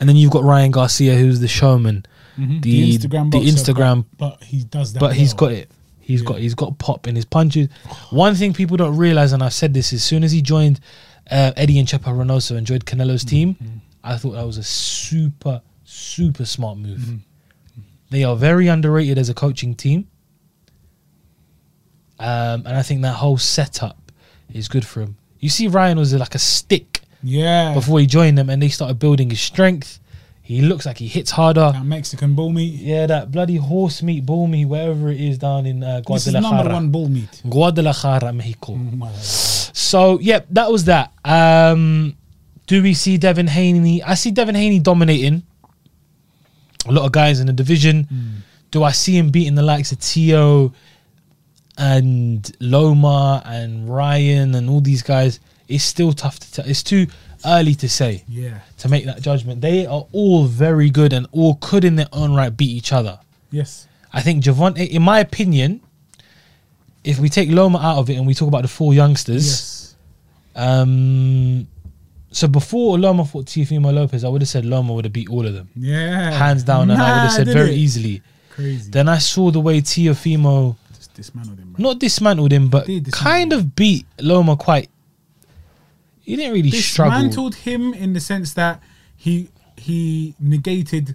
And then you've got Ryan Garcia, who's the showman, Mhm. the- the boxer, Instagram- but, but he does that. but he's well. got it. He's Yeah. got he's got pop in his punches. One thing people don't realize, and I've said this, as soon as he joined uh, Eddie and Chepa Reynoso and joined Canelo's Mm-hmm. team, I thought that was a super super smart move. Mm-hmm. They are very underrated as a coaching team, um, and I think that whole setup is good for him. You see, Ryan was like a stick Yeah. before he joined them, and they started building his strength. He looks like he hits harder. that Mexican bull meat. Yeah, that bloody horse meat, bull meat, wherever it is down in uh, This is number Guadalajara. one bull meat. Guadalajara, Mexico. Mm, So, yeah, that was that. Um, do we see Devin Haney? I see Devin Haney dominating a lot of guys in the division. Mm. Do I see him beating the likes of Tio and Loma and Ryan and all these guys? It's still tough to tell. It's too early to say Yeah. to make that judgment. They are all very good and all could, in their own right, beat each other. Yes. I think Javante, in my opinion, if we take Loma out of it and we talk about the four youngsters, Yes. um, so before Loma fought Teofimo Lopez, I would have said Loma would have beat all of them, Yeah. hands down, and I would have Mad, said innit? very easily. Crazy. Then I saw the way Teofimo Just dismantled him. bro. not dismantled him, but Did dismantle kind of beat Loma quite. He didn't really struggle. dismantled him in the sense that he he negated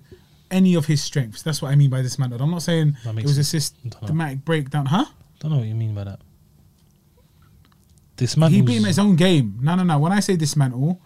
any of his strengths. That's what I mean by dismantled. I'm not saying That it makes was a Dunno. systematic breakdown, huh? Don't know what you mean by that. He Dismantled. beat him at his own game. No, no, no. When I say dismantle,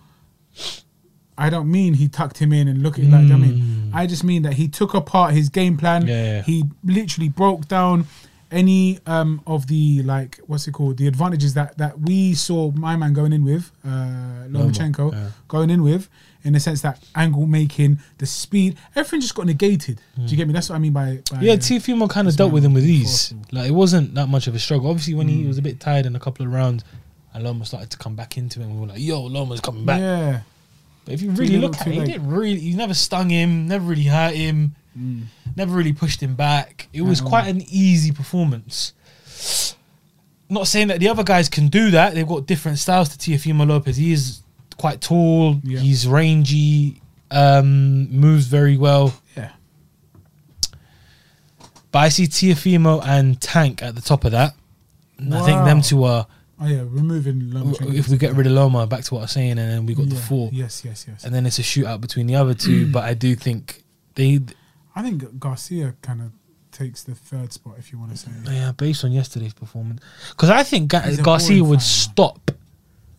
I don't mean he tucked him in and look at him like. I mean, I just mean that he took apart his game plan. Mm. Yeah, yeah. He literally broke down any um of the like what's it called the advantages that that we saw my man going in with uh Lomachenko yeah. going in with in the sense that angle making the speed everything just got negated do you get me that's what I mean by, by Mm. Yeah, uh, Teofimo kind of dealt with him with ease. Forceful. Like it wasn't that much of a struggle. Obviously, when Mm. he was a bit tired in a couple of rounds, and Loma started to come back into him, we were like, "Yo, Loma's coming back." yeah But if you Too really little, look at too it, he late. Mm. didn't really. He never stung him. Never really hurt him. Never really pushed him back. It was At all. quite an easy performance. Not saying that the other guys can do that. They've got different styles to Teofimo Lopez. He is quite tall. Yeah. He's rangy. um, moves very well. Yeah. But I see Tiafimo and Tank at the top of that. And I think Wow. them two are. Oh yeah, removing Lomachenko. If we get rid of Loma, back to what I was saying, and then we got the Yeah, four, Yes, yes, yes. and then it's a shootout between the other two. but I do think they, I think Garcia kind of takes the third spot, if you want to say. yeah, based on yesterday's performance, because I think Ga- He's a Garcia boring would fighter. stop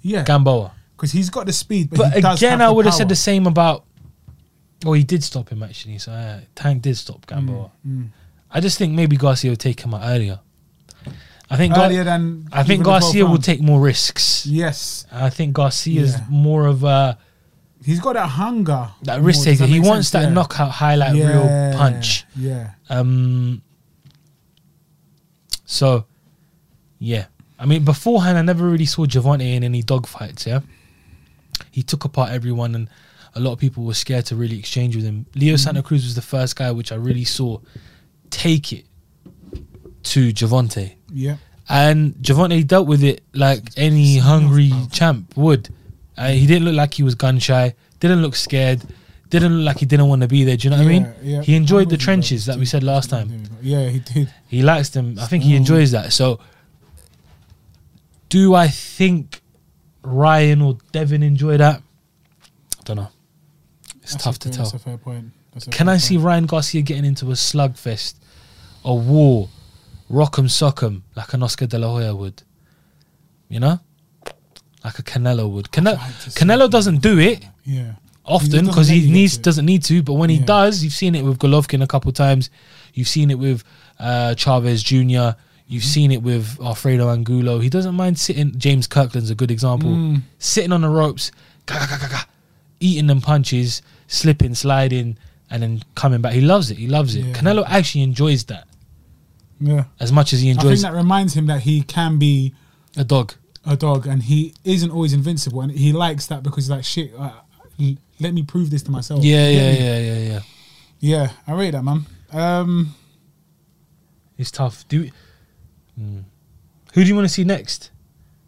Yeah, Gamboa. because he's got the speed, but, But he does again, have I would have said power. the same about. Oh, he did stop him actually. So uh, Tank did stop Gamboa. mm. I just think maybe Garcia would take him out earlier. I think Gar- earlier than I think even the Garcia 12th will round. take more risks. Yes, I think Garcia's Yeah. more of a he's got that hunger. that more, risk does taker. He make wants sense? that Yeah. knockout highlight Yeah, real punch. Yeah, Um. So, yeah. I mean, beforehand, I never really saw Javante in any dogfights. Yeah, he took apart everyone, and a lot of people were scared to really exchange with him. Leo Mm-hmm. Santa Cruz was the first guy which I really saw take it to Javante, yeah. and Javante dealt with it like any hungry champ would. Uh, he didn't look like he was gun shy. Didn't look scared. Didn't look like he didn't want to be there. Do you know what I mean? Yeah, yeah. He I'm enjoyed with the you, bro. trenches that we said last time. There we go. Yeah, he did. He likes them. I think Mm. he enjoys that. So, do I think Ryan or Devin enjoy that? I don't know. It's That's tough a to fair- tell. That's a fair point. That's a Can fair I see point. Ryan Garcia getting into a slugfest, a war, rock'em sock'em, like an Oscar De La Hoya would? You know? Like a Canelo would. Canelo, like to see Canelo that. doesn't do it Yeah, often doesn't because let he, you get needs to it. doesn't need to, but when he Yeah. does, you've seen it with Golovkin a couple times, you've seen it with uh, Chavez Jr., Mm. you've seen it with Alfredo Angulo. He doesn't mind sitting. James Kirkland's a good example, Mm. sitting on the ropes, ga, ga, ga, ga, ga, eating them punches, slipping, sliding, and then coming back. He loves it. He loves it. Yeah. Canelo actually enjoys that yeah. as much as he I think enjoys that reminds him that he can be a dog. a dog, and he isn't always invincible, and he likes that because like shit. Uh, l- let me prove this to myself. Yeah, Let yeah, me- yeah, yeah, yeah. yeah. I rate that, man. Um, It's tough. Do we, Hmm. who do you want to see next?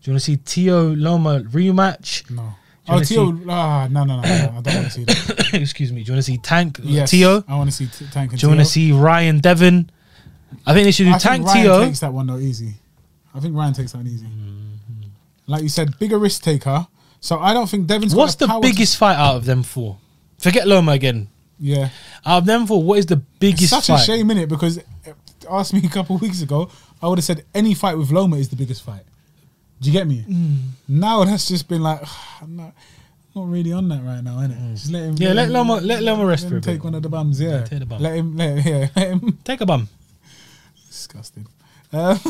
Do you want to see Tio Loma rematch? no. you Oh, wanna Tio. Ah, no, no, no, no. I don't want to see that. Excuse me. Do you want to see Tank uh, Yes, Tio? I want to see t- Tank. And Do you want Tio. to see Ryan Devon? I think they should do I Tank think Ryan Tio. takes that one though easy. I think Ryan takes that one easy. Mm-hmm. Like you said, bigger risk taker. So I don't think Devin's. What's got the, the power to- biggest fight out of them four? Forget Loma again. yeah, Out of them four, what is the biggest it's such fight? a shame in it because uh, asked me a couple of weeks ago, I would have said any fight with Loma is the biggest fight. Do you get me? Mm. Now that's just been like, I'm not, not really on that right now, innit? Just let him. Mm. Yeah, let him- Loma- let Loma rest him for a Take bit. one of the bums. Yeah, take the bum. Let him. Let, yeah, let him. Take a bum. Disgusting. Uh,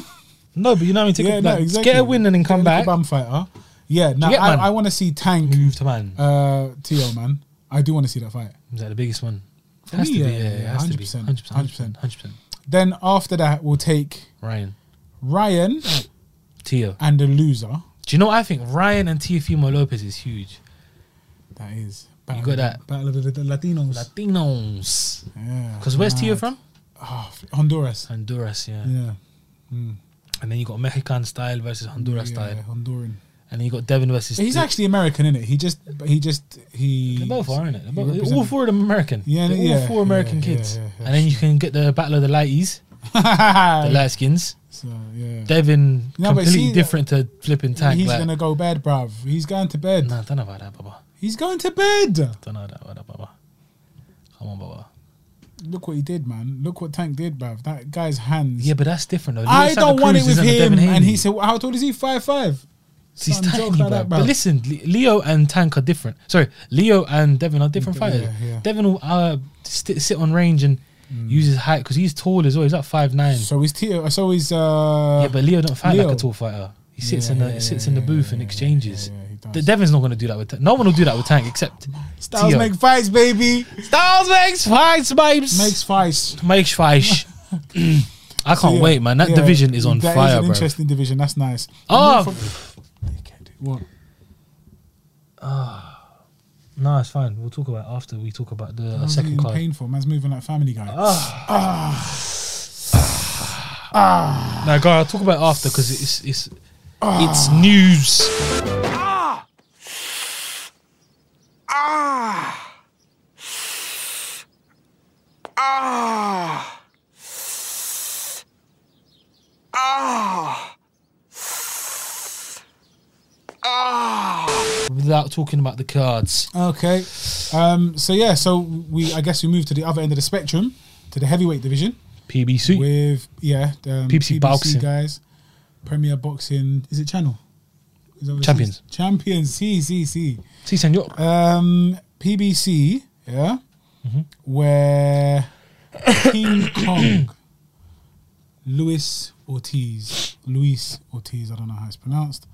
No, but you know what I mean. Take yeah, a, no, like, exactly. Get a win and then come Take a back. Bum fighter. Yeah, now get, I, man? Mm. I want to see Tank. Move to man. Uh, Tio, man, I do want to see that fight. is that the biggest one? For has me, to be. yeah, Yeah, it yeah, has to be. 100%, 100%. 100%. 100%. Then after that, we'll take Ryan. Ryan Tio. and the loser. Do you know what I think? Ryan and Tiafimo Lopez is huge. That is. You Battle got of that? The, Battle of the, the Latinos. Latinos. yeah. Because where's Tio mad. from? Oh, f- Honduras. Honduras, yeah. Yeah. And then you got Mexican style versus Honduras yeah, style. Honduran. And then you got Devin versus. He's Ti- actually American, isn't it? He just, but he just, he. They're both are, innit? They're he both- represent- all four of them American. Yeah, They're all yeah, four American yeah, yeah, kids. yeah, yeah, and then you can get the Battle of the Lighties, the light skins. so, yeah. Devin, No, but completely see, different to flipping tank. He's like, gonna go bed, bruv. He's going to bed. Nah, don't know about that, Baba. He's going to bed. Don't know about that, Baba. Come on, Baba. Look what he did, man. Look what Tank did, bruv. That guy's hands. Yeah, but that's different, though. I Luis Santa don't want it Cruz with isn't a him. Devin Haney. And he said, "How tall is he? Five five. He's Some tiny, joke like bruv. that, But bruv. listen, Le- Leo and Tank are different. Sorry, Leo and Devin are different Yeah, fighters. yeah. Devin will uh, st- sit on range and use his height because he's tall as well. He's like five nine. So is Tio. So is uh. yeah, but Leo don't fight Leo. like a tall fighter. He sits Yeah, in the yeah, sits yeah, in the yeah, booth yeah, and yeah, exchanges. yeah, yeah, he does. The- Devin's not going to do that with Tank. No one will do that with Tank except Styles Tio. make fights, baby. Styles makes fights, babes. Makes fights. makes fights. I can't Yeah, wait, man. That yeah. division is on That fire, an bro. interesting division. That's nice. Oh. Dickhead. What? No, it's fine. We'll talk about it after we talk about the That was second even card. Painful. Man's moving like Family Guy. Ah. No, guy, I'll talk about it after because it's it's Ah. it's Ah. news. Ah. Ah. Ah. without talking about the cards. Okay. Um, so yeah, so we I guess we moved to the other end of the spectrum to the heavyweight division PBC. with yeah um, PBC Boxing. guys, Premier Boxing. Is it channel? Is that what it Champions. says? Champions. C C C. See, senor. Um, PBC. Yeah. Where King Kong, Luis Ortiz, Luis Ortiz. I don't know how it's pronounced.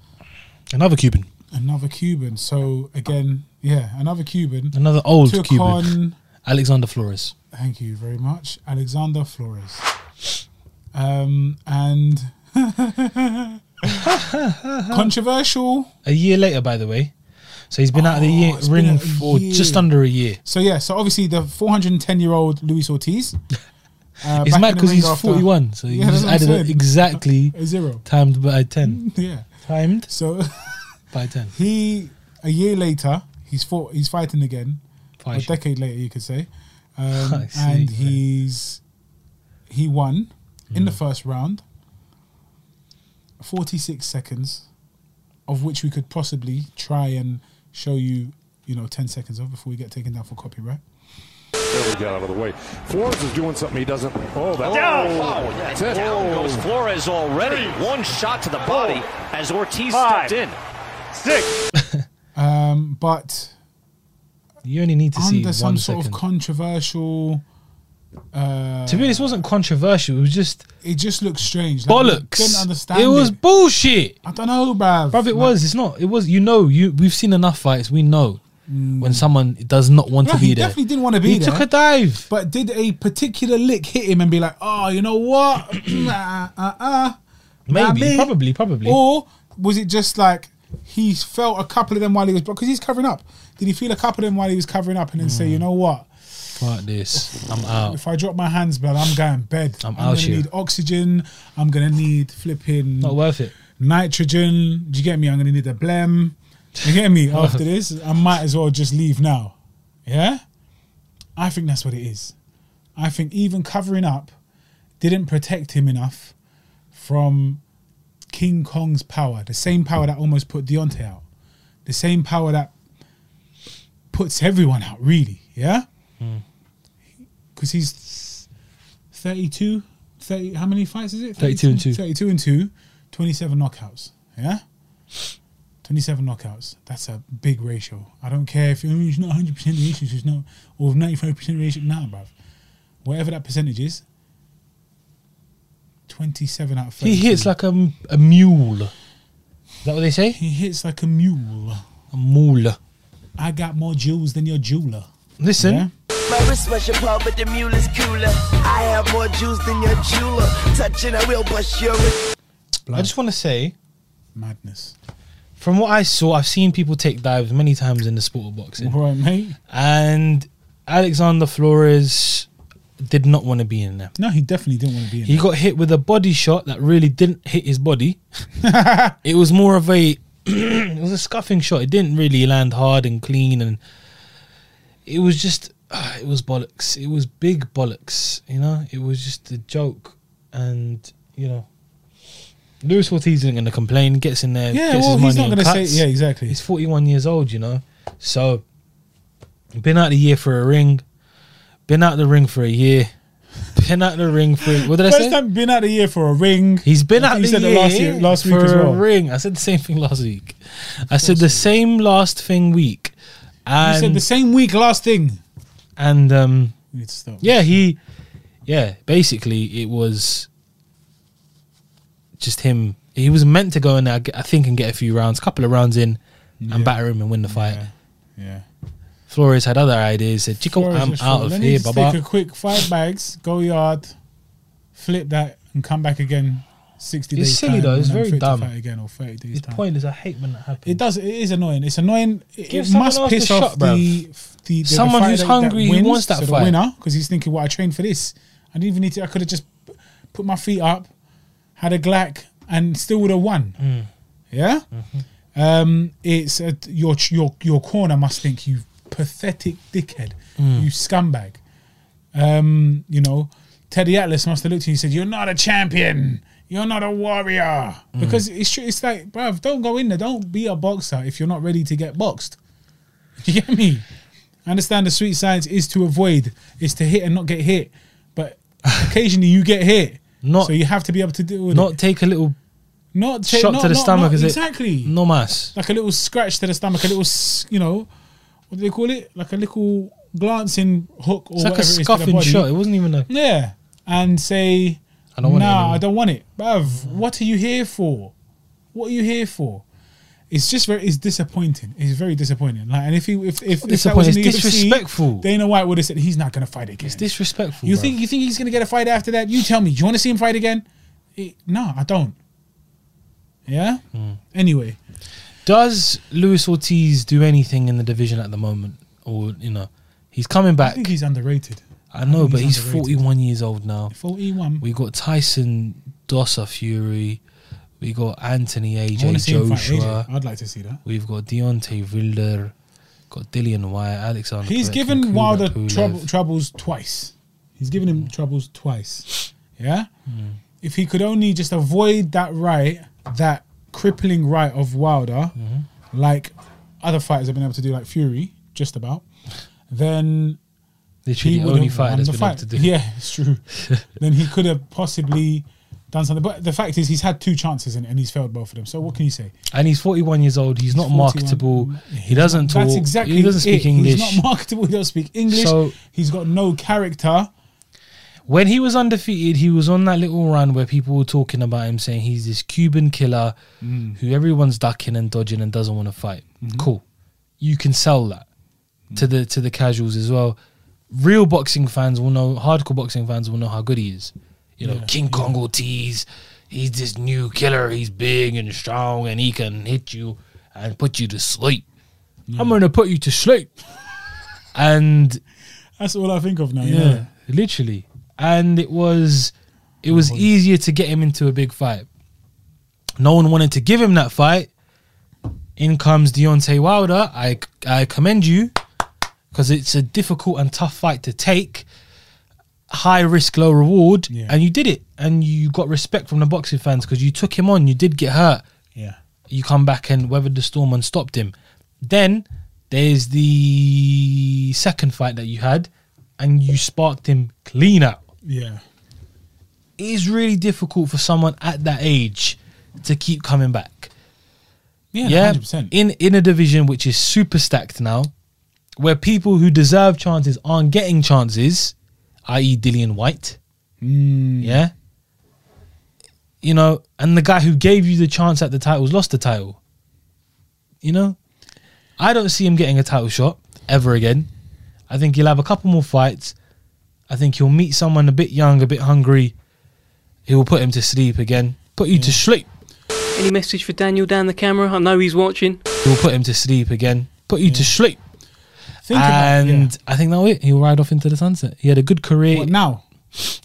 Another Cuban. Another Cuban. So again, yeah, another Cuban. Another old Took Cuban. on Alexander Flores. Thank you very much, Alexander Flores. Um, and controversial. A year later, by the way. So he's been out of the Oh, year, it's been ring a for year. just under a year. So yeah, so obviously the 410 year old Luis Ortiz. Uh, back It's mad in the because ring he's after 41, so he Yeah, that's just what I'm added saying. it exactly A zero. timed by 10. Yeah. Timed So by 10. he a year later he's fought he's fighting again. Fine. a decade later, you could say. Um, I see, and right. he's he won in Mm. the first round. Forty six seconds, of which we could possibly try and show you, you know, ten seconds of before we get taken down for copyright. There we got out of the way. Flores is doing something he doesn't. Oh, that's Down. Oh, that's it. Down goes Oh. Flores already. One shot to the body as Ortiz Five. stepped in. Um, but You only need to see under one some second. sort of controversial, uh, to me, this wasn't controversial. It was just it just looks strange. Like, we bollocks. Didn't understand. it was bullshit. I don't know, bruv. Bruv, it was. It's not. It was. You know. You. We've seen enough fights. We know when someone does not want Mm. Yeah, to be he there. definitely didn't want to be He there. took a dive. But did a particular lick hit him and be like, oh, you know what? uh, uh, uh, nah, Maybe. me." Probably. Probably. Or was it just like he felt a couple of them while he was, because he's covering up. Did he feel a couple of them while he was covering up and then Hmm. say, you know what? Fuck this. I'm out. If I drop my hands, man, I'm going bed. I'm out gonna here." Oh, need oxygen. I'm going to need flipping Not worth it. nitrogen. Do you get me? I'm going to need a blem. You get me? After this, I might as well just leave now. Yeah? I think that's what it is. I think even covering up didn't protect him enough from King Kong's power, the same power that almost put Deontay out, the same power that puts everyone out, really. Yeah? Hmm. Because he's 32, 30, how many fights is it? 32 and two. 32 and 2, 27 knockouts. Yeah? 27 knockouts. That's a big ratio. I don't care if "Oh, it's not 100% ratio, so it's not, or 95% ratio. Nah, bruv. Whatever that percentage is, 27 out of 32. He hits like a, a mule. Is that what they say? He hits like a mule. A mule. I got more jewels than your jeweler. Listen. Yeah? My wrist was your paw, but the mule is cooler. I have more juice than your jeweler. Touching, I will bust your I just want to say, Madness. from what I saw, I've seen people take dives many times in the sport of boxing. All right, mate. and Alexander Flores did not want to be in there. No, he definitely didn't want to be in He got hit with a body shot that really didn't hit his body. it was more of a it was a scuffing shot. It didn't really land hard and clean and it was just ah, it was bollocks. It was big bollocks, you know? It was just a joke and you know Luis Ortiz isn't gonna complain, gets in there, there. Yeah, gets well, his money he's not and going to say. cuts. Yeah, exactly. He's 41 years old, you know. So, been out the year for a ring. Been out the ring for a year. Been out the ring for what did I First say? time been out of year for a ring. He's been I out think the you said that year, last year- last week for as well. a ring. I said the same thing last week. I said the same last thing week, You and said the same week last thing. and um We need to stop. yeah he yeah basically it was just him. He was meant to go in there, I g- I think, and get a few rounds, couple of rounds in, and batter him and win the fight. Yeah. Yeah. Flores had other ideas. Said, "Chico, Flores I'm was out short. of Let me here, just Baba." Take a quick five bags, go yard, flip that, and come back again. Sixty It's days. silly time, though, it's and I'm very fit to dumb. fight Again or thirty days. It's time. pointless. I hate when that happens. It does. It is annoying. It's annoying. It, Give it someone must else piss a off shot, the, bruv. f- the, the Someone the who's fighter hungry, that who wins, wants that so fight. The winner, because he's thinking, "Well, I trained for this. I didn't even need to. I could have just put my feet up, had a glack, and still would have won." Hmm. Yeah. Um, it's a, your your your corner must think Mm. you pathetic dickhead, you scumbag. Um, you know, Teddy Atlas must have looked at you and said, You're not a champion. You're not a warrior. Mm. Because it's true. It's like, bruv, don't go in there. Don't be a boxer if you're not ready to get boxed. You get me? I understand the sweet science is to avoid, is to hit and not get hit. But occasionally you get hit. Not- so you have to be able to deal with Not it. take a little Not ta- shot not- to the not- stomach not- is exactly. it? No mass. Like a little scratch to the stomach, a little, s- you know, what do they call it? Like a little glancing hook or It's like whatever it a is to the scuffing body. shot. It wasn't even a. Yeah, and say, I don't want it nah, anymore." I don't want it, bruv. What are you here for? What are you here for? It's just very, it's disappointing. It's very disappointing. Like, and if he, if if, if that was disappointing, in it's the UFC, disrespectful. Dana White would have said he's not gonna fight again. It's disrespectful. you bruv. think you think he's gonna get a fight after that? You tell me. Do you want to see him fight again? Eh, no, I don't. Yeah. Hmm. Anyway, Does Luis Ortiz do anything in the division at the moment? Or, you know, he's coming I back. think he's underrated. I know, think but he's he's underrated. 41 years old now. Forty-one. We got Tyson Dosa Fury. We got Anthony I want AJ to see him fight AJ. Joshua. I'd like to see that. We've got Deontay Wilder. Got Dillian Wyatt, Alexander. He's Povetkin, given Kubrat Wilder Pulev. trouble, troubles twice. He's given Mm. him troubles twice. Yeah? If he could only just avoid that right, that crippling right of Wilder, Mm-hmm. like other fighters have been able to do, like Fury, just about, then Literally he the would only have fighter won that's the been fight. able to do. Yeah, it's true. then he could have possibly done something. But the fact is, he's had two chances and, and he's failed both of them. So what can you say? And he's 41 years old. He's, not 41. marketable. He doesn't talk. That's exactly he doesn't speak it. English. He's not marketable. He doesn't speak English. So- he's got no character. when he was undefeated, he was on that little run where people were talking about him saying he's this Cuban killer who everyone's ducking and dodging and doesn't want to fight. Cool. You can sell that to the to the casuals as well. Real boxing fans will know, hardcore boxing fans will know how good he is. You know, King Kong Ortiz, he's this new killer, he's big and strong and he can hit you and put you to sleep. I'm gonna put you to sleep. and That's all I think of now. yeah, Yeah. literally. And it was, it was easier to get him into a big fight. No one wanted to give him that fight. In comes Deontay Wilder. I I commend you because it's a difficult and tough fight to take. High risk, low reward, Yeah. and you did it, and you got respect from the boxing fans because you took him on. You did get hurt, Yeah. you come back and weathered the storm and stopped him. Then there's the second fight that you had, and you sparked him clean out. Yeah. It is really difficult for someone at that age to keep coming back. Yeah. Yeah, 100%. in in a division which is super stacked now, where people who deserve chances aren't getting chances, i.e., Dillian White. Yeah, you know, and the guy who gave you the chance at the titles lost the title. You know, I don't see him getting a title shot ever again. I think he'll have a couple more fights. I think he'll meet someone a bit young, a bit hungry. He will put him to sleep again. Put you to sleep. Any message for Daniel down the camera? I know he's watching. He will put him to sleep again. Put you to sleep. Think about it, and I think that'll it. He'll ride off into the sunset. He had a good yeah. career What, now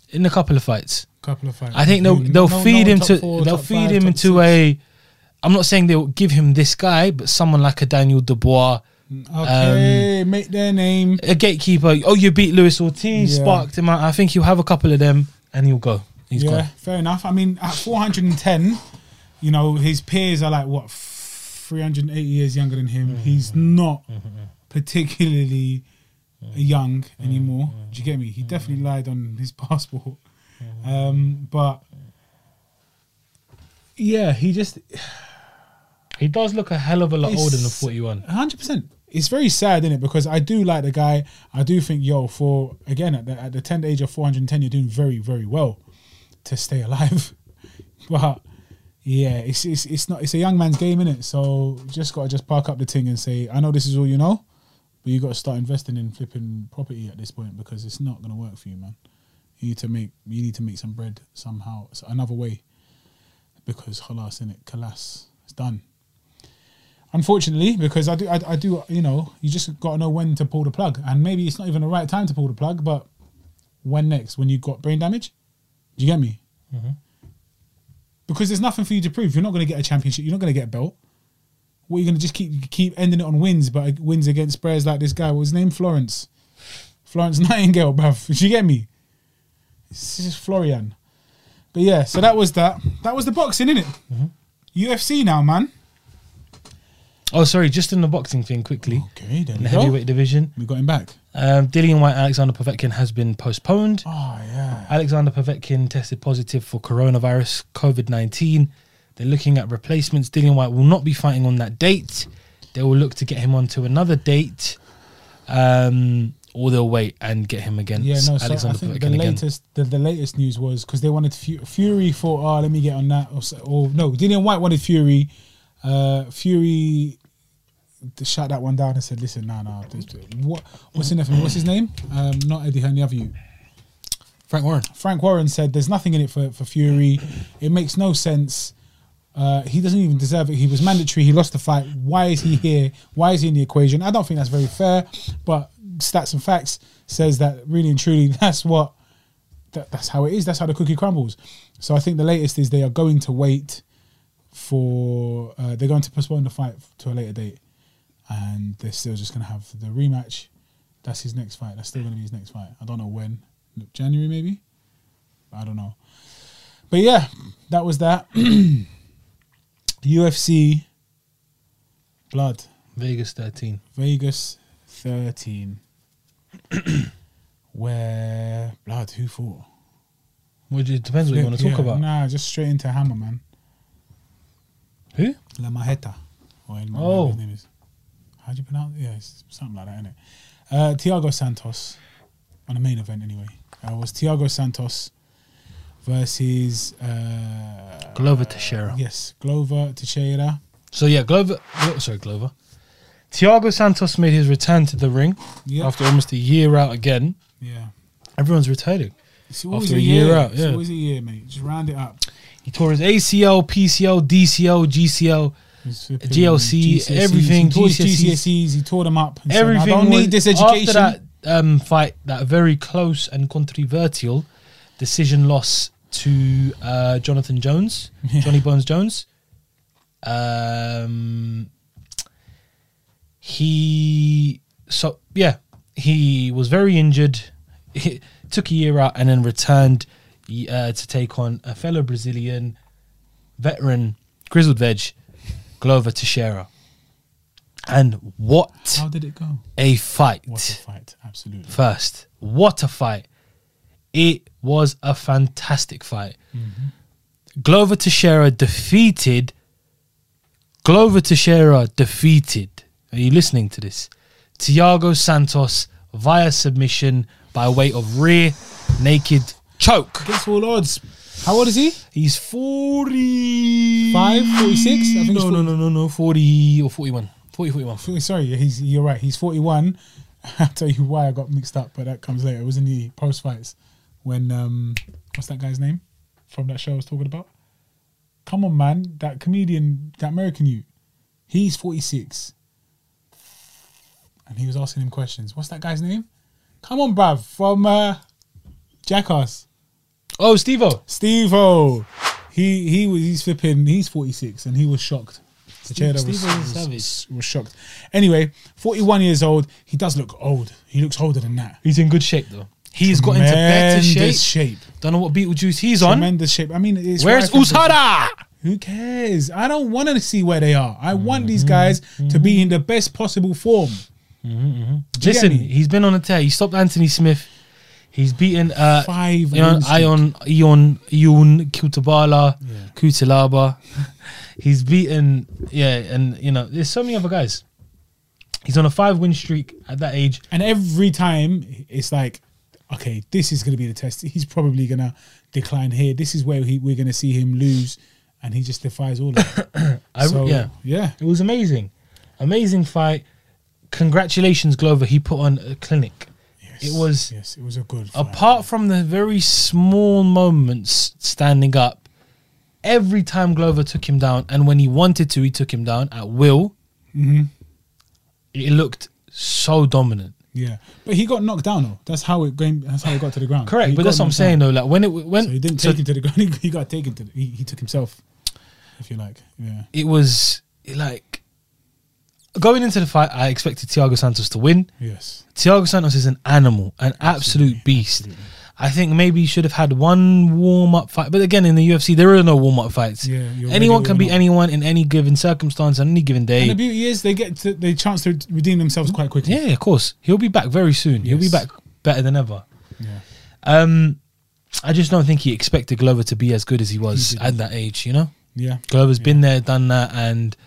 in a couple of fights. couple of fights. I think they'll No- they'll no- feed no him top to four, they'll top feed five, him top into six. a. I'm not saying they'll give him this guy, but someone like a Daniel Dubois, um, Okay, make their name. a gatekeeper. Oh, you beat Luis Ortiz, Yeah. sparked him out. I think he'll have a couple of them, and he'll go. He's yeah, gone. fair enough. I mean, at 410, you know, his peers are like what 380 years younger than him. Mm-hmm. He's not particularly Mm-hmm. young anymore. Do you get me? He definitely lied on his passport. Mm-hmm. Um, but yeah, he just He does look a hell of a lot He's- older than 41. hundred percent. It's very sad, isn't it? Because I do like the guy. I do think, yo, for again at the at the tender age of four hundred and ten, you're doing very, very well to stay alive. but yeah, it's it's it's not it's a young man's game, innit? So just gotta just park up the thing and say, I know this is all you know, but you gotta start investing in flipping property at this point because it's not gonna work for you, man. You need to make you need to make some bread somehow, s- another way. Because halas in it, kalas, it's done unfortunately, because I do, I, I do, you know, you just got to know when to pull the plug, and maybe it's not even the right time to pull the plug, but when next, when you got brain damage, do you get me? Mm-hmm. Because there's nothing for you to prove. You're not going to get a championship. You're not going to get a belt. What you're going to just keep keep ending it on wins, but wins against players like this guy. What was his name? Florence, Florence Nightingale, bruv. Do you get me? This is Florian. But yeah, so that was that. That was the boxing, innit? UFC now, man. Oh, sorry, just in the boxing thing quickly. Okay, there In we the go. heavyweight division. We got him back. Um, Dillian White Alexander Povetkin has been postponed. Oh, yeah. Alexander Povetkin tested positive for coronavirus COVID 19. They're looking at replacements. Dillian White will not be fighting on that date. They will look to get him onto another date, um, or they'll wait and get him against Yeah, no, so Alexander I think the Povetkin again. latest the, the latest news was because they wanted Fu- Fury for oh let me get on that or, s- or no Dillian White wanted Fury, uh, Fury d- shut that one down and said listen nah nah this- what what's in it for me what's his name um not Eddie Hearn the other you Frank Warren. Frank Warren said there's nothing in it for for Fury it makes no sense. Uh, he doesn't even deserve it. He was mandatory. He lost the fight. Why is he here? Why is he in the equation? I don't think that's very fair. But stats and facts says that really and truly, that's what that, that's how it is. That's how the cookie crumbles. So I think the latest is they are going to wait for uh, they're going to postpone the fight to a later date, and they're still just going to have the rematch. That's his next fight. That's still going to be his next fight. I don't know when. January maybe. I don't know. But yeah, that was that. UFC blood Vegas 13. Vegas 13 where blood who fought Which it depends what you want to Yeah, talk about. nah just straight into hammer man Who? La Majeta or in Oh. oh. his name is how do you pronounce it yeah it's something like that isn't it uh, Thiago Santos on the main event anyway uh, was Thiago Santos versus uh, Glover Teixeira. yes Glover Teixeira So yeah, Glover. oh, sorry, Glover. Thiago Santos made his return to the ring Yeah. after almost a year out again. yeah Everyone's returning. it's always After a a year year, out, it's yeah. always a year mate just round it up He tore his ACL, PCL, DCL, GCL. He's flipping GLC, GCSEs. everything, He tore his GCSEs. GCSEs, he tore them up. and said, Everything. I don't was- need this education. After that um, fight, that very close and controversial decision loss to uh, Jonathan Jones, Johnny Bones Jones. Um, he so yeah, he was very injured. He took a year out and then returned uh, to take on a fellow Brazilian veteran, grizzled veg, Glover Teixeira. And what? How did it go? a fight. What a fight! Absolutely. First, what a fight. It was a fantastic fight. Glover Teixeira defeated. Glover Teixeira defeated. Are you listening to this? Thiago Santos via submission by way of rear naked choke. Against all odds. How old is he? He's 40. 46? I think it's no, no, 40. no, no, no. 40 or 41. 40, 41. F- Sorry, he's you're right. He's 41. I'll tell you why I got mixed up, but that comes later. It was in the post fights when um, what's that guy's name from that show I was talking about? Come on, man, that comedian, that American you, he's 46, and he was asking him questions. What's that guy's name? Come on, bruv, from uh, Jackass. Oh, Steve O. Steve O. He he was he's flipping. He's forty six, and he was shocked. The chair was, Steve was a was, savage. was, was shocked. Anyway, forty one years old. He does look old. He looks older than that. He's in good shape, though. He's got into better shape. Tremendous shape. Don't know what Beetlejuice he's on. Tremendous shape. I mean, it's Where's where I come from. Usada? Who cares? I don't want to see where they are. I want these guys to be in the best possible form. Do you get Listen, me? he's been on a tear. He stopped Anthony Smith. He's beaten uh, Five Ion, wins. Ion, Ion, Ion, Kutabala, Kutalaba. he's beaten, yeah, and you know, there's so many other guys. He's on a five win streak at that age. And every time it's like, okay, this is going to be the test. He's probably going to decline here. This is where he, we're going to see him lose. And he just defies all of it. I, So, yeah, Yeah. it was amazing. Amazing fight. Congratulations, Glover. He put on a clinic. It was Yes, it was a good fight. apart from the very small moments standing up, every time Glover took him down, and when he wanted to, he took him down at will. It looked so dominant. Yeah. But he got knocked down, though. That's how it came, That's how he got to the ground. Correct, He but got that's what I'm knocked saying down. though. Like when it when So he didn't so take him to the ground. He got taken to the, he, he took himself, if you like. Yeah. it was like going into the fight. I expected Thiago Santos to win. Yes. Thiago Santos is an animal, an absolute beast. I think maybe you should have had one warm up fight. But again, in the UFC, there are no warm up fights. Yeah, you're anyone ready can or beat not. anyone in any given circumstance on any given And the day. beauty is they get to, the chance to redeem themselves quite quickly. Yeah, of course. He'll be back very soon. He'll be Yes. back better than ever. Yeah. Um, I just don't think he expected Glover to be as good as he was at that age. You know, Yeah. Glover's been there, done that, and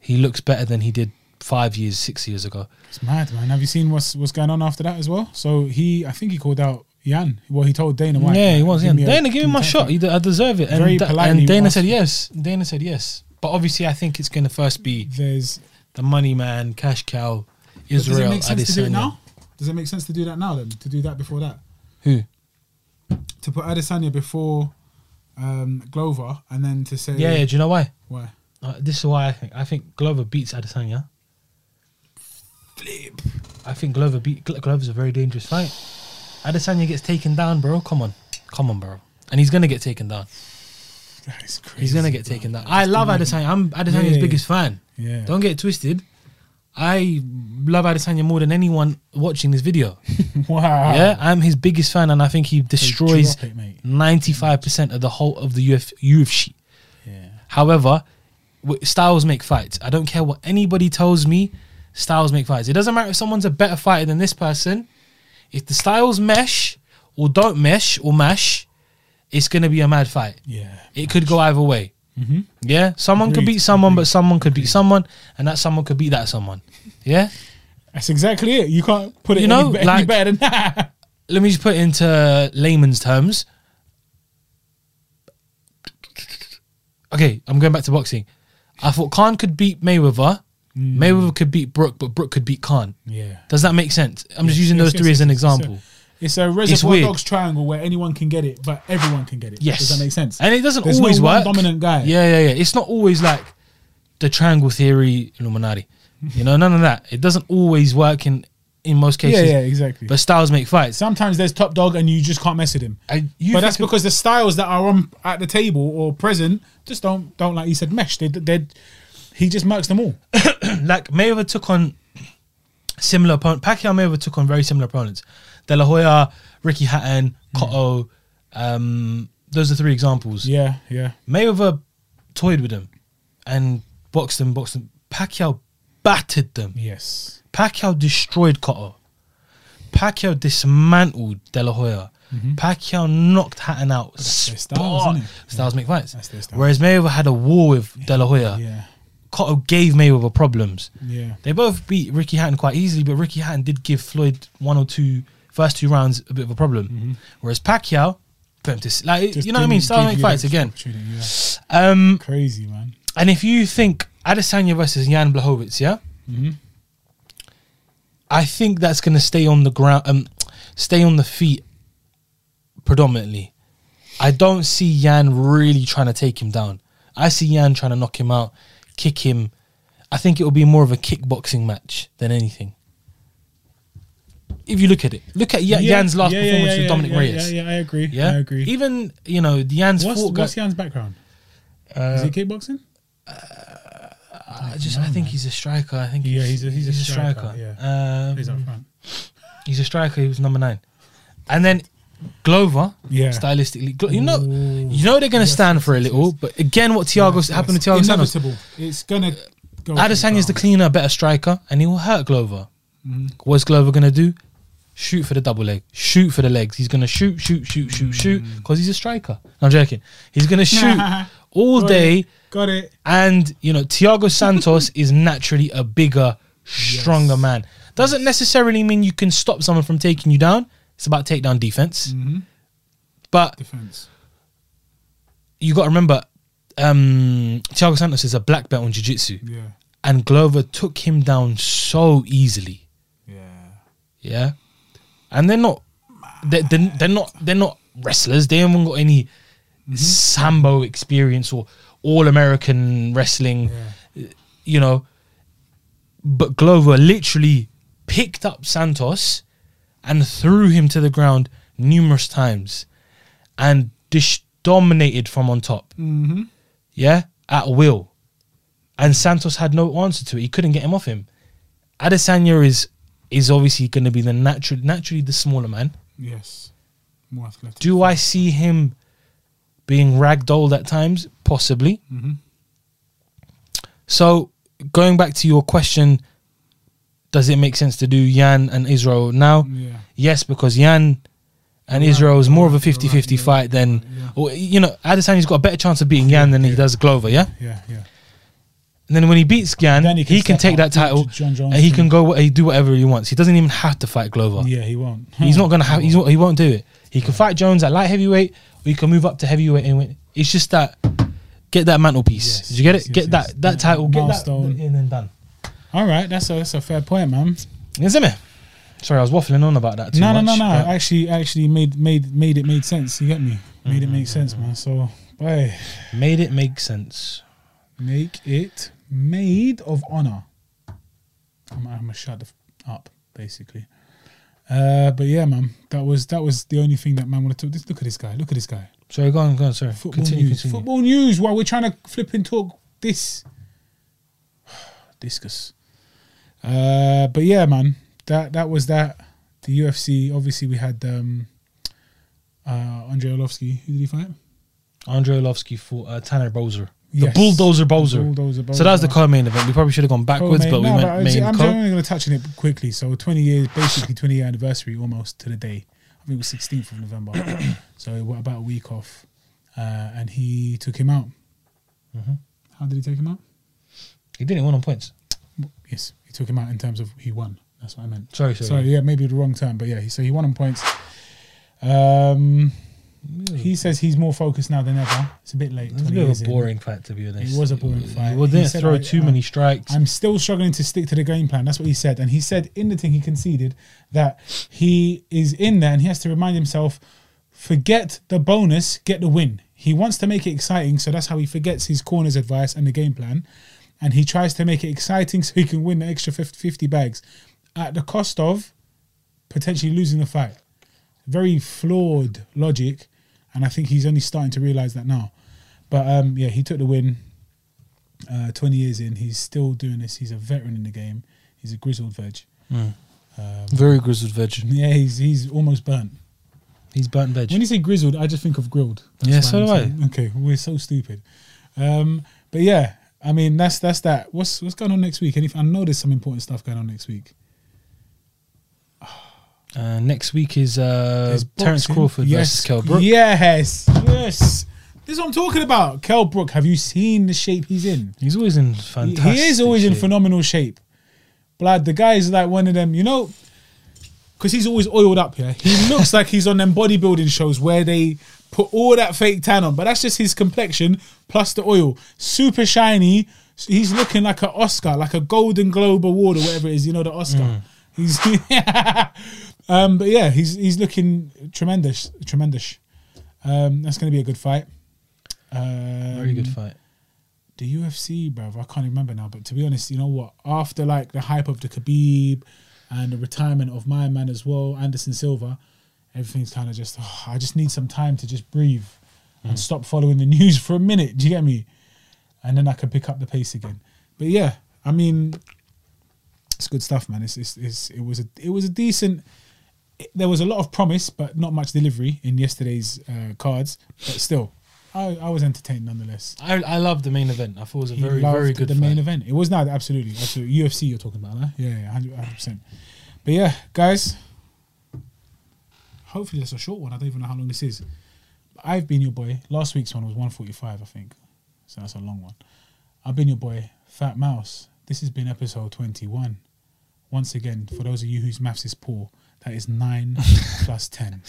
he looks better than he did five years, six years ago. It's mad, man. Have you seen what's what's going on after that as well? So he, I think he called out Yan. Well, he told Dana White. yeah, he like, was. Yeah. "Give me a- Dana, give me my a shot. fight." You d- I deserve it. And, Very da- politely and Dana asked- said yes. Dana said yes. But obviously, I think it's going to first be There's the money man, cash cow, Does it Israel make sense to do it Adesanya. now? Does it make sense to do that now? Then to do that before that, Who? to put Adesanya before um, Glover, and then to say, Yeah, yeah. Do you know why? why? Uh, this is why I think I think Glover beats Adesanya. Flip. I think Glover beat Glo- Glover's a very dangerous fight. Adesanya gets taken down, bro. Come on, come on, bro. And he's gonna get taken down. That is crazy. He's gonna get bro. taken down. I love Adesanya. I'm Yeah, Adesanya's yeah, yeah. biggest fan. Yeah. Don't get it twisted. I love Adesanya more than anyone watching this video. Wow. Yeah, I'm his biggest fan, and I think he destroys drop it, mate. ninety-five percent of the whole of the Uf- UFC. Yeah. However, w- styles make fights. I don't care what anybody tells me. Styles make fights. It doesn't matter if someone's a better fighter than this person. If the styles mesh or don't mesh or mash, it's gonna be a mad fight. Yeah. It could go either way. Yeah, someone could Mm-hmm. Agreed, beat someone, but someone could beat someone, and that someone could beat that someone. Yeah. That's exactly it. You can't put it You you know, know, any, be- like- any better than that. let me just put it into layman's terms. Okay, I'm going back to boxing. I thought Khan could beat Mayweather. Hmm. Mayweather could beat Brooke, but Brooke could beat Khan. Yeah. Does that make sense? I'm just Yes, using yes, those yes, three yes, as an yes, yes, example. It's a reservoir weird. dogs triangle where anyone can get it, but everyone can get it. Yes. Does that make sense? And it doesn't There's no always one work. dominant guy. Yeah, yeah, yeah. It's not always like the triangle theory, Illuminati. You know, none of that. It doesn't always work in in most Yeah, cases. yeah, exactly. But But styles make fights. sometimes there's top dog and you just can't mess with him. I- you but that's think- because the styles that are on at the table or present just don't don't like you said mesh. They they he just marks them all. like Mayweather took on similar opponents. Pacquiao Mayweather took on very similar opponents. De La Hoya, Ricky Hatton, Cotto. Um, those are three examples. Yeah, yeah. Mayweather toyed with them and boxed them, boxed them. Pacquiao battered them. Yes. Pacquiao destroyed Cotto. Pacquiao dismantled De La Hoya. Pacquiao knocked Hatton out. Mm-hmm. their styles, Spot. isn't it? Styles make fights. That's their style. Whereas Mayweather had a war with De La Hoya. Yeah. Cotto gave Mayweather problems. Yeah. They both beat Ricky Hatton quite easily, but Ricky Hatton did give Floyd one or two first two rounds a bit of a problem. Whereas Pacquiao, put him to s- like Mm-hmm. Just you know what I mean, didn't style give make you fights that again. opportunity, yeah. Um, Crazy man. and if you think Adesanya versus Jan Blachowicz, yeah, Mm-hmm. I think that's going to stay on the ground, um, stay on the feet predominantly. I don't see Jan really trying to take him down. I see Jan trying to knock him out, kick him. I think it will be more of a kickboxing match than anything. If you look at it, look at Ya- Jan's last yeah, yeah, performance yeah, with yeah, Dominic yeah, Reyes. Yeah, yeah, I agree. Yeah, I agree. Even you know Jan's what's fought. Uh, what's guy- Jan's background? Is he kickboxing? I just I think he's a striker. I think Yeah, he's, he's a- he's a striker, Um, He's up front. he's a striker. He was number nine, and then Glover. Yeah. stylistically, Glo- you know, Ooh. you know they're going to Yes, stand yes, for a yes, little. yes. But again, what Thiago happened to Thiago Santos? Inevitable. It's gonna go. Adesanya's the cleaner, better striker, and he will hurt Glover. Mm-hmm. What's Glover going to do? Shoot for the double leg. Shoot for the legs. He's going to shoot, shoot, shoot, shoot, shoot Mm. because he's a striker. No, I'm joking. He's going to shoot all Got day. It. Got it. And you know, Thiago Santos is naturally a bigger, stronger man. Doesn't necessarily mean you can stop someone from taking you down. It's about takedown defense. But Defense. you got to remember, um, Thiago Santos is a black belt on jiu-jitsu, Yeah. and Glover took him down so easily. Yeah. Yeah, and they're not, they're, they're, they're not, they're not wrestlers. They haven't got any sambo experience or all American wrestling. you know, but Glover literally picked up Santos and threw him to the ground numerous times and dis- dominated from on top. Mm-hmm. Yeah, at will. And Santos had no answer to it. He couldn't get him off him. Adesanya is is obviously going to be the natural, naturally the smaller man. Yes. More athletic. Do I see him being ragdolled at times? Possibly. Mhm. So, going back to your question, does it make sense to do Yan and Israel now? Yeah. Yes, because Mm. Yan and Israel is more of a 50 50 fight than, or, you know, Adesanya's got a better chance of beating Yan than he does Glover, yeah? Yeah, yeah. And then when he beats Gan, Then he he can, can step take that up to title John Jones and he can and- go, he do whatever he wants. He doesn't even have to fight Glover. Yeah, he won't. He's not gonna have. He's, not- he won't do it. He can fight Jones at light heavyweight, or he can move up to heavyweight and win. It's just that get that mantelpiece. Yes, Did you get yes, it? Get yes, that yes. that title. Get Milestone. that and then done. All right, that's a that's a fair point, man. Isn't it? Sorry, I was waffling on about that. Too no, much, no, no, no, but- Actually, actually made made made it made sense. You get me? Made it make sense, man. So, boy, Made it make sense. make it maid of honor. I'm, I'm gonna shut the f- up, basically. Uh, but yeah, man, that was that was the only thing that man wanted to. This, look at this guy. Look at this guy. Sorry, go on, go on. Sorry, Football continue, news. continue. Football news. While we're trying to flip and talk this discus. Uh, but yeah, man, that that was that. The UFC. Obviously, we had um, uh, Andrei Orlovsky. Who did he fight? Andre Orlovsky for uh, Tanner Bowser. Yes. The bulldozer Bowser. Bulldozer So that was the Bowser. co-main event. We probably should have gone backwards, Co-main- but we no, went but main I'm co. only going to touch on it quickly. So 20 years, basically 20 year anniversary almost to the day. I think it was 16th of November. so what about a week off? Uh, and he took him out. Mm-hmm. How did he take him out? He didn't win on points. Yes, he took him out in terms of he won. That's what I meant. Sorry, sorry. Sorry, yeah, maybe the wrong term, but yeah, he, so he won on points. Um, he says he's more focused now than ever. It's a bit late. It was a 20 bit of years a in. boring fight, to be honest. It was a boring fight. Well, He didn't said, throw I- too I- many strikes. I'm still struggling to stick to the game plan. That's what he said. And he said in the thing he conceded that he is in there and he has to remind himself forget the bonus, get the win. He wants to make it exciting, so that's how he forgets his corners advice and the game plan. And he tries to make it exciting so he can win the extra 50 50 bags at the cost of potentially losing the fight. Very flawed logic. And I think he's only starting to realize that now. But um, yeah, he took the win uh, 20 years in, he's still doing this. He's a veteran in the game. He's a grizzled veg. Very grizzled virgin. Yeah, he's he's almost burnt. He's burnt veg. When you say grizzled, I just think of grilled. Yeah, why so I'm do saying- Okay, we're so stupid. Um, but yeah, I mean that's that's that. What's what's going on next week? And if I know there's some important stuff going on next week. Uh, next week is uh, There's Terence boxing. Crawford yes. versus Kell Brook. Yes, yes. This is what I'm talking about. Kel Brook, have you seen the shape he's in? He's always in He- fantastic. He is always in shape. phenomenal shape. Blood, the guy is like one of them, you know, because he's always oiled up, yeah. He looks like he's on them bodybuilding shows where they put all that fake tan on, but that's just his complexion plus the oil. Super shiny. He's looking like an Oscar, like a Golden Globe Award or whatever it is, you know, the Oscar. Mm. He's, um, but yeah, he's he's looking tremendous, tremendous. Um, that's going to be a good fight. Um, Very good fight. the UFC, bruv, I can't remember now, but to be honest, you know what? After like the hype of the Khabib and the retirement of my man as well, Anderson Silva, everything's kind of just, oh, I just need some time to just breathe and stop following the news for a minute. Do you get me? And then I can pick up the pace again. But yeah, I mean, it's good stuff, man. It's, it's, it's it was a it was a decent. it- there was a lot of promise, but not much delivery in yesterday's uh, cards. But still, I, I was entertained nonetheless I, I love the main event. I thought it was a he very loved very good the fight. main event. It was not absolutely, absolutely UFC. You're talking about, huh? Yeah, yeah, hundred percent. But yeah, guys. Hopefully, that's a short one. I don't even know how long this is. But I've been your boy. Last week's one was 145, I think. So that's a long one. I've been your boy, Fat Mouse. This has been episode 21. Once again, for those of you whose maths is poor, that is 9 plus 10.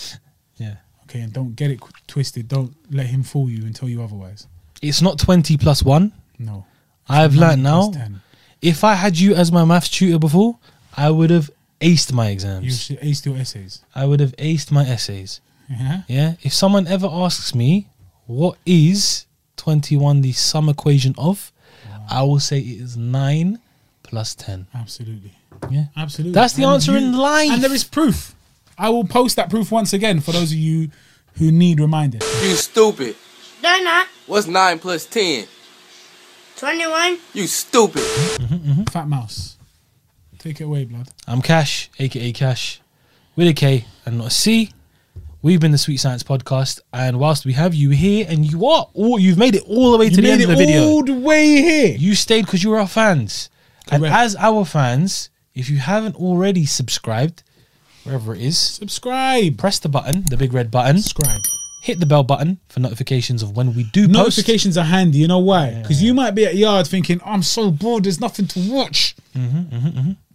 Yeah, Okay, and don't get it qu- twisted. Don't let him fool you and tell you otherwise. it's not twenty plus one. No. I've learned now. Plus 10. If I had you as my maths tutor before, I would have aced my You exams. should ace your essays. I would have aced my essays. Yeah. Yeah. If someone ever asks me what is 21 the sum equation of, I will say it is 9 plus 10. Absolutely. Yeah. Absolutely. That's the answer in life. And there is proof. I will post that proof once again for those of you who need reminded. You stupid. They're not. What's 9 plus 10? 21. You stupid. Hmm? Fat Mouse. Take it away, blood. I'm Cash, aka Cash, with a K and not a C. We've been the Sweet Science Podcast, and whilst we have you here, and you are all you've made it all the way You to the made end it of the video. all the way here. You stayed because you were our fans. And Correct. as our fans, if you haven't already subscribed, wherever it is, Subscribe. press the button, the big red button, Subscribe. hit the bell button for notifications of when we do post. Notifications are handy. You know why? Because you might be at yard thinking, "I'm so bored. There's nothing to watch." Mm-hmm,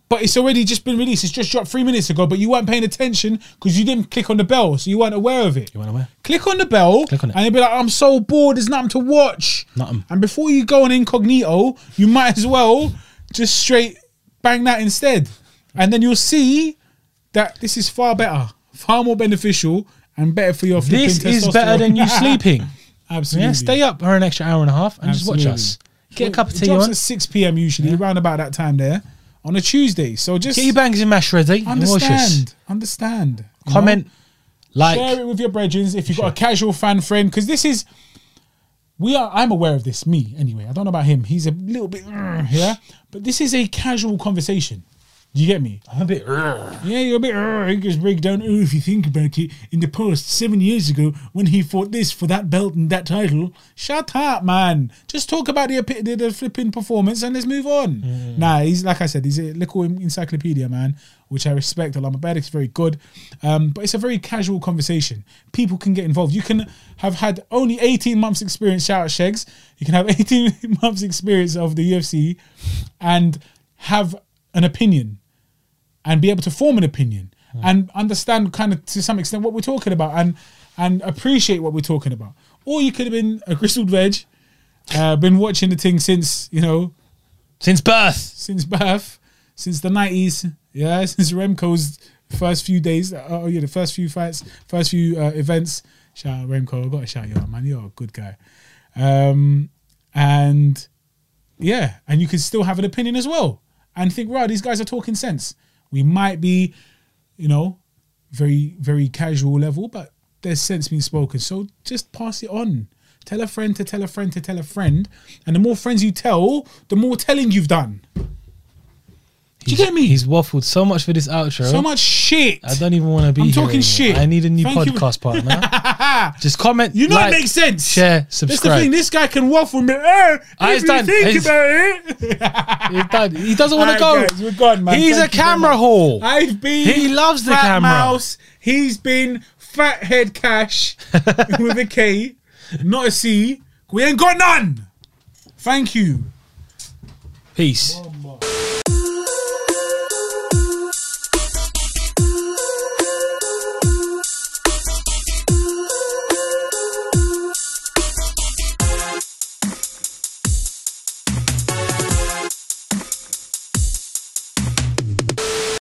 But it's already just been released. It's just dropped three minutes ago. But you weren't paying attention because you didn't click on the bell, so you weren't aware of it. You want to wear? Click on the bell, Click on it. and you'll be like, "I'm so bored. There's nothing to watch." Nothing. And before you go on incognito, you might as well just straight bang that instead, and then you'll see that this is far better, far more beneficial, and better for your. flipping This is testosterone. better than you sleeping. Absolutely. yeah, stay up for an extra hour and a half and just Absolutely. watch us. Get a Well, cup of it tea drops on. at 6 p.m. usually, around about that time there, on a Tuesday. So just Get your bangs and mash ready. and watch us. understand. Understand. you Comment, know? like, Share it with your brethrens if you've got a casual fan friend, because this is. We are. I'm aware of this. Me, anyway. I don't know about him. He's a little bit mm, yeah, but this is a casual conversation. Do you get me? I'm a bit. Yeah, you're a bit. "Urgh," It gets break down. Oh, if you think about it, in the past seven years ago, when he fought this for that belt and that title, shut up, man. Just talk about the epi- the, the flipping performance and let's move on. Mm. Nah, he's like I said, he's a little en- encyclopedia, man, which I respect a lot. My bad, it's very good, um, but it's a very casual conversation. People can get involved. You can have had only eighteen months experience. Shout out Shegs. You can have eighteen months experience of the UFC, and have an opinion and be able to form an opinion and understand kind of to some extent what we're talking about and and appreciate what we're talking about. Or you could have been a grizzled veg, uh, been watching the thing since you know Since birth. since birth, since the nineties, yeah, since Remco's first few days. uh, Oh yeah, the first few fights, first few uh, events. Shout out Remco, I got to shout you out, man. You're a good guy, um, and yeah, and you can still have an opinion as well and think, right, these guys are talking sense. We might be, you know, very very casual level, but there's sense being spoken. So just pass it on. Tell a friend to tell a friend to tell a friend, and the more friends you tell, the more telling you've done. Do you He's- get me? He's waffled so much for this outro. So much shit. Oh. I don't even want to be. I'm here talking anymore. shit. I need a new Thank you. podcast partner. Just comment. you know like, it makes sense. Share, That's the thing. subscribe. This guy can waffle me. Eh, Ah, if it's you done. think It's- about it, He's done. He doesn't want to All go. right, guys, we're gone, man. He's Thank a you very camera much. whore. I've been. He loves the Fat camera. Mouse. He's been Fathead Cash with a K, not a C. We ain't got none. Thank you. Peace.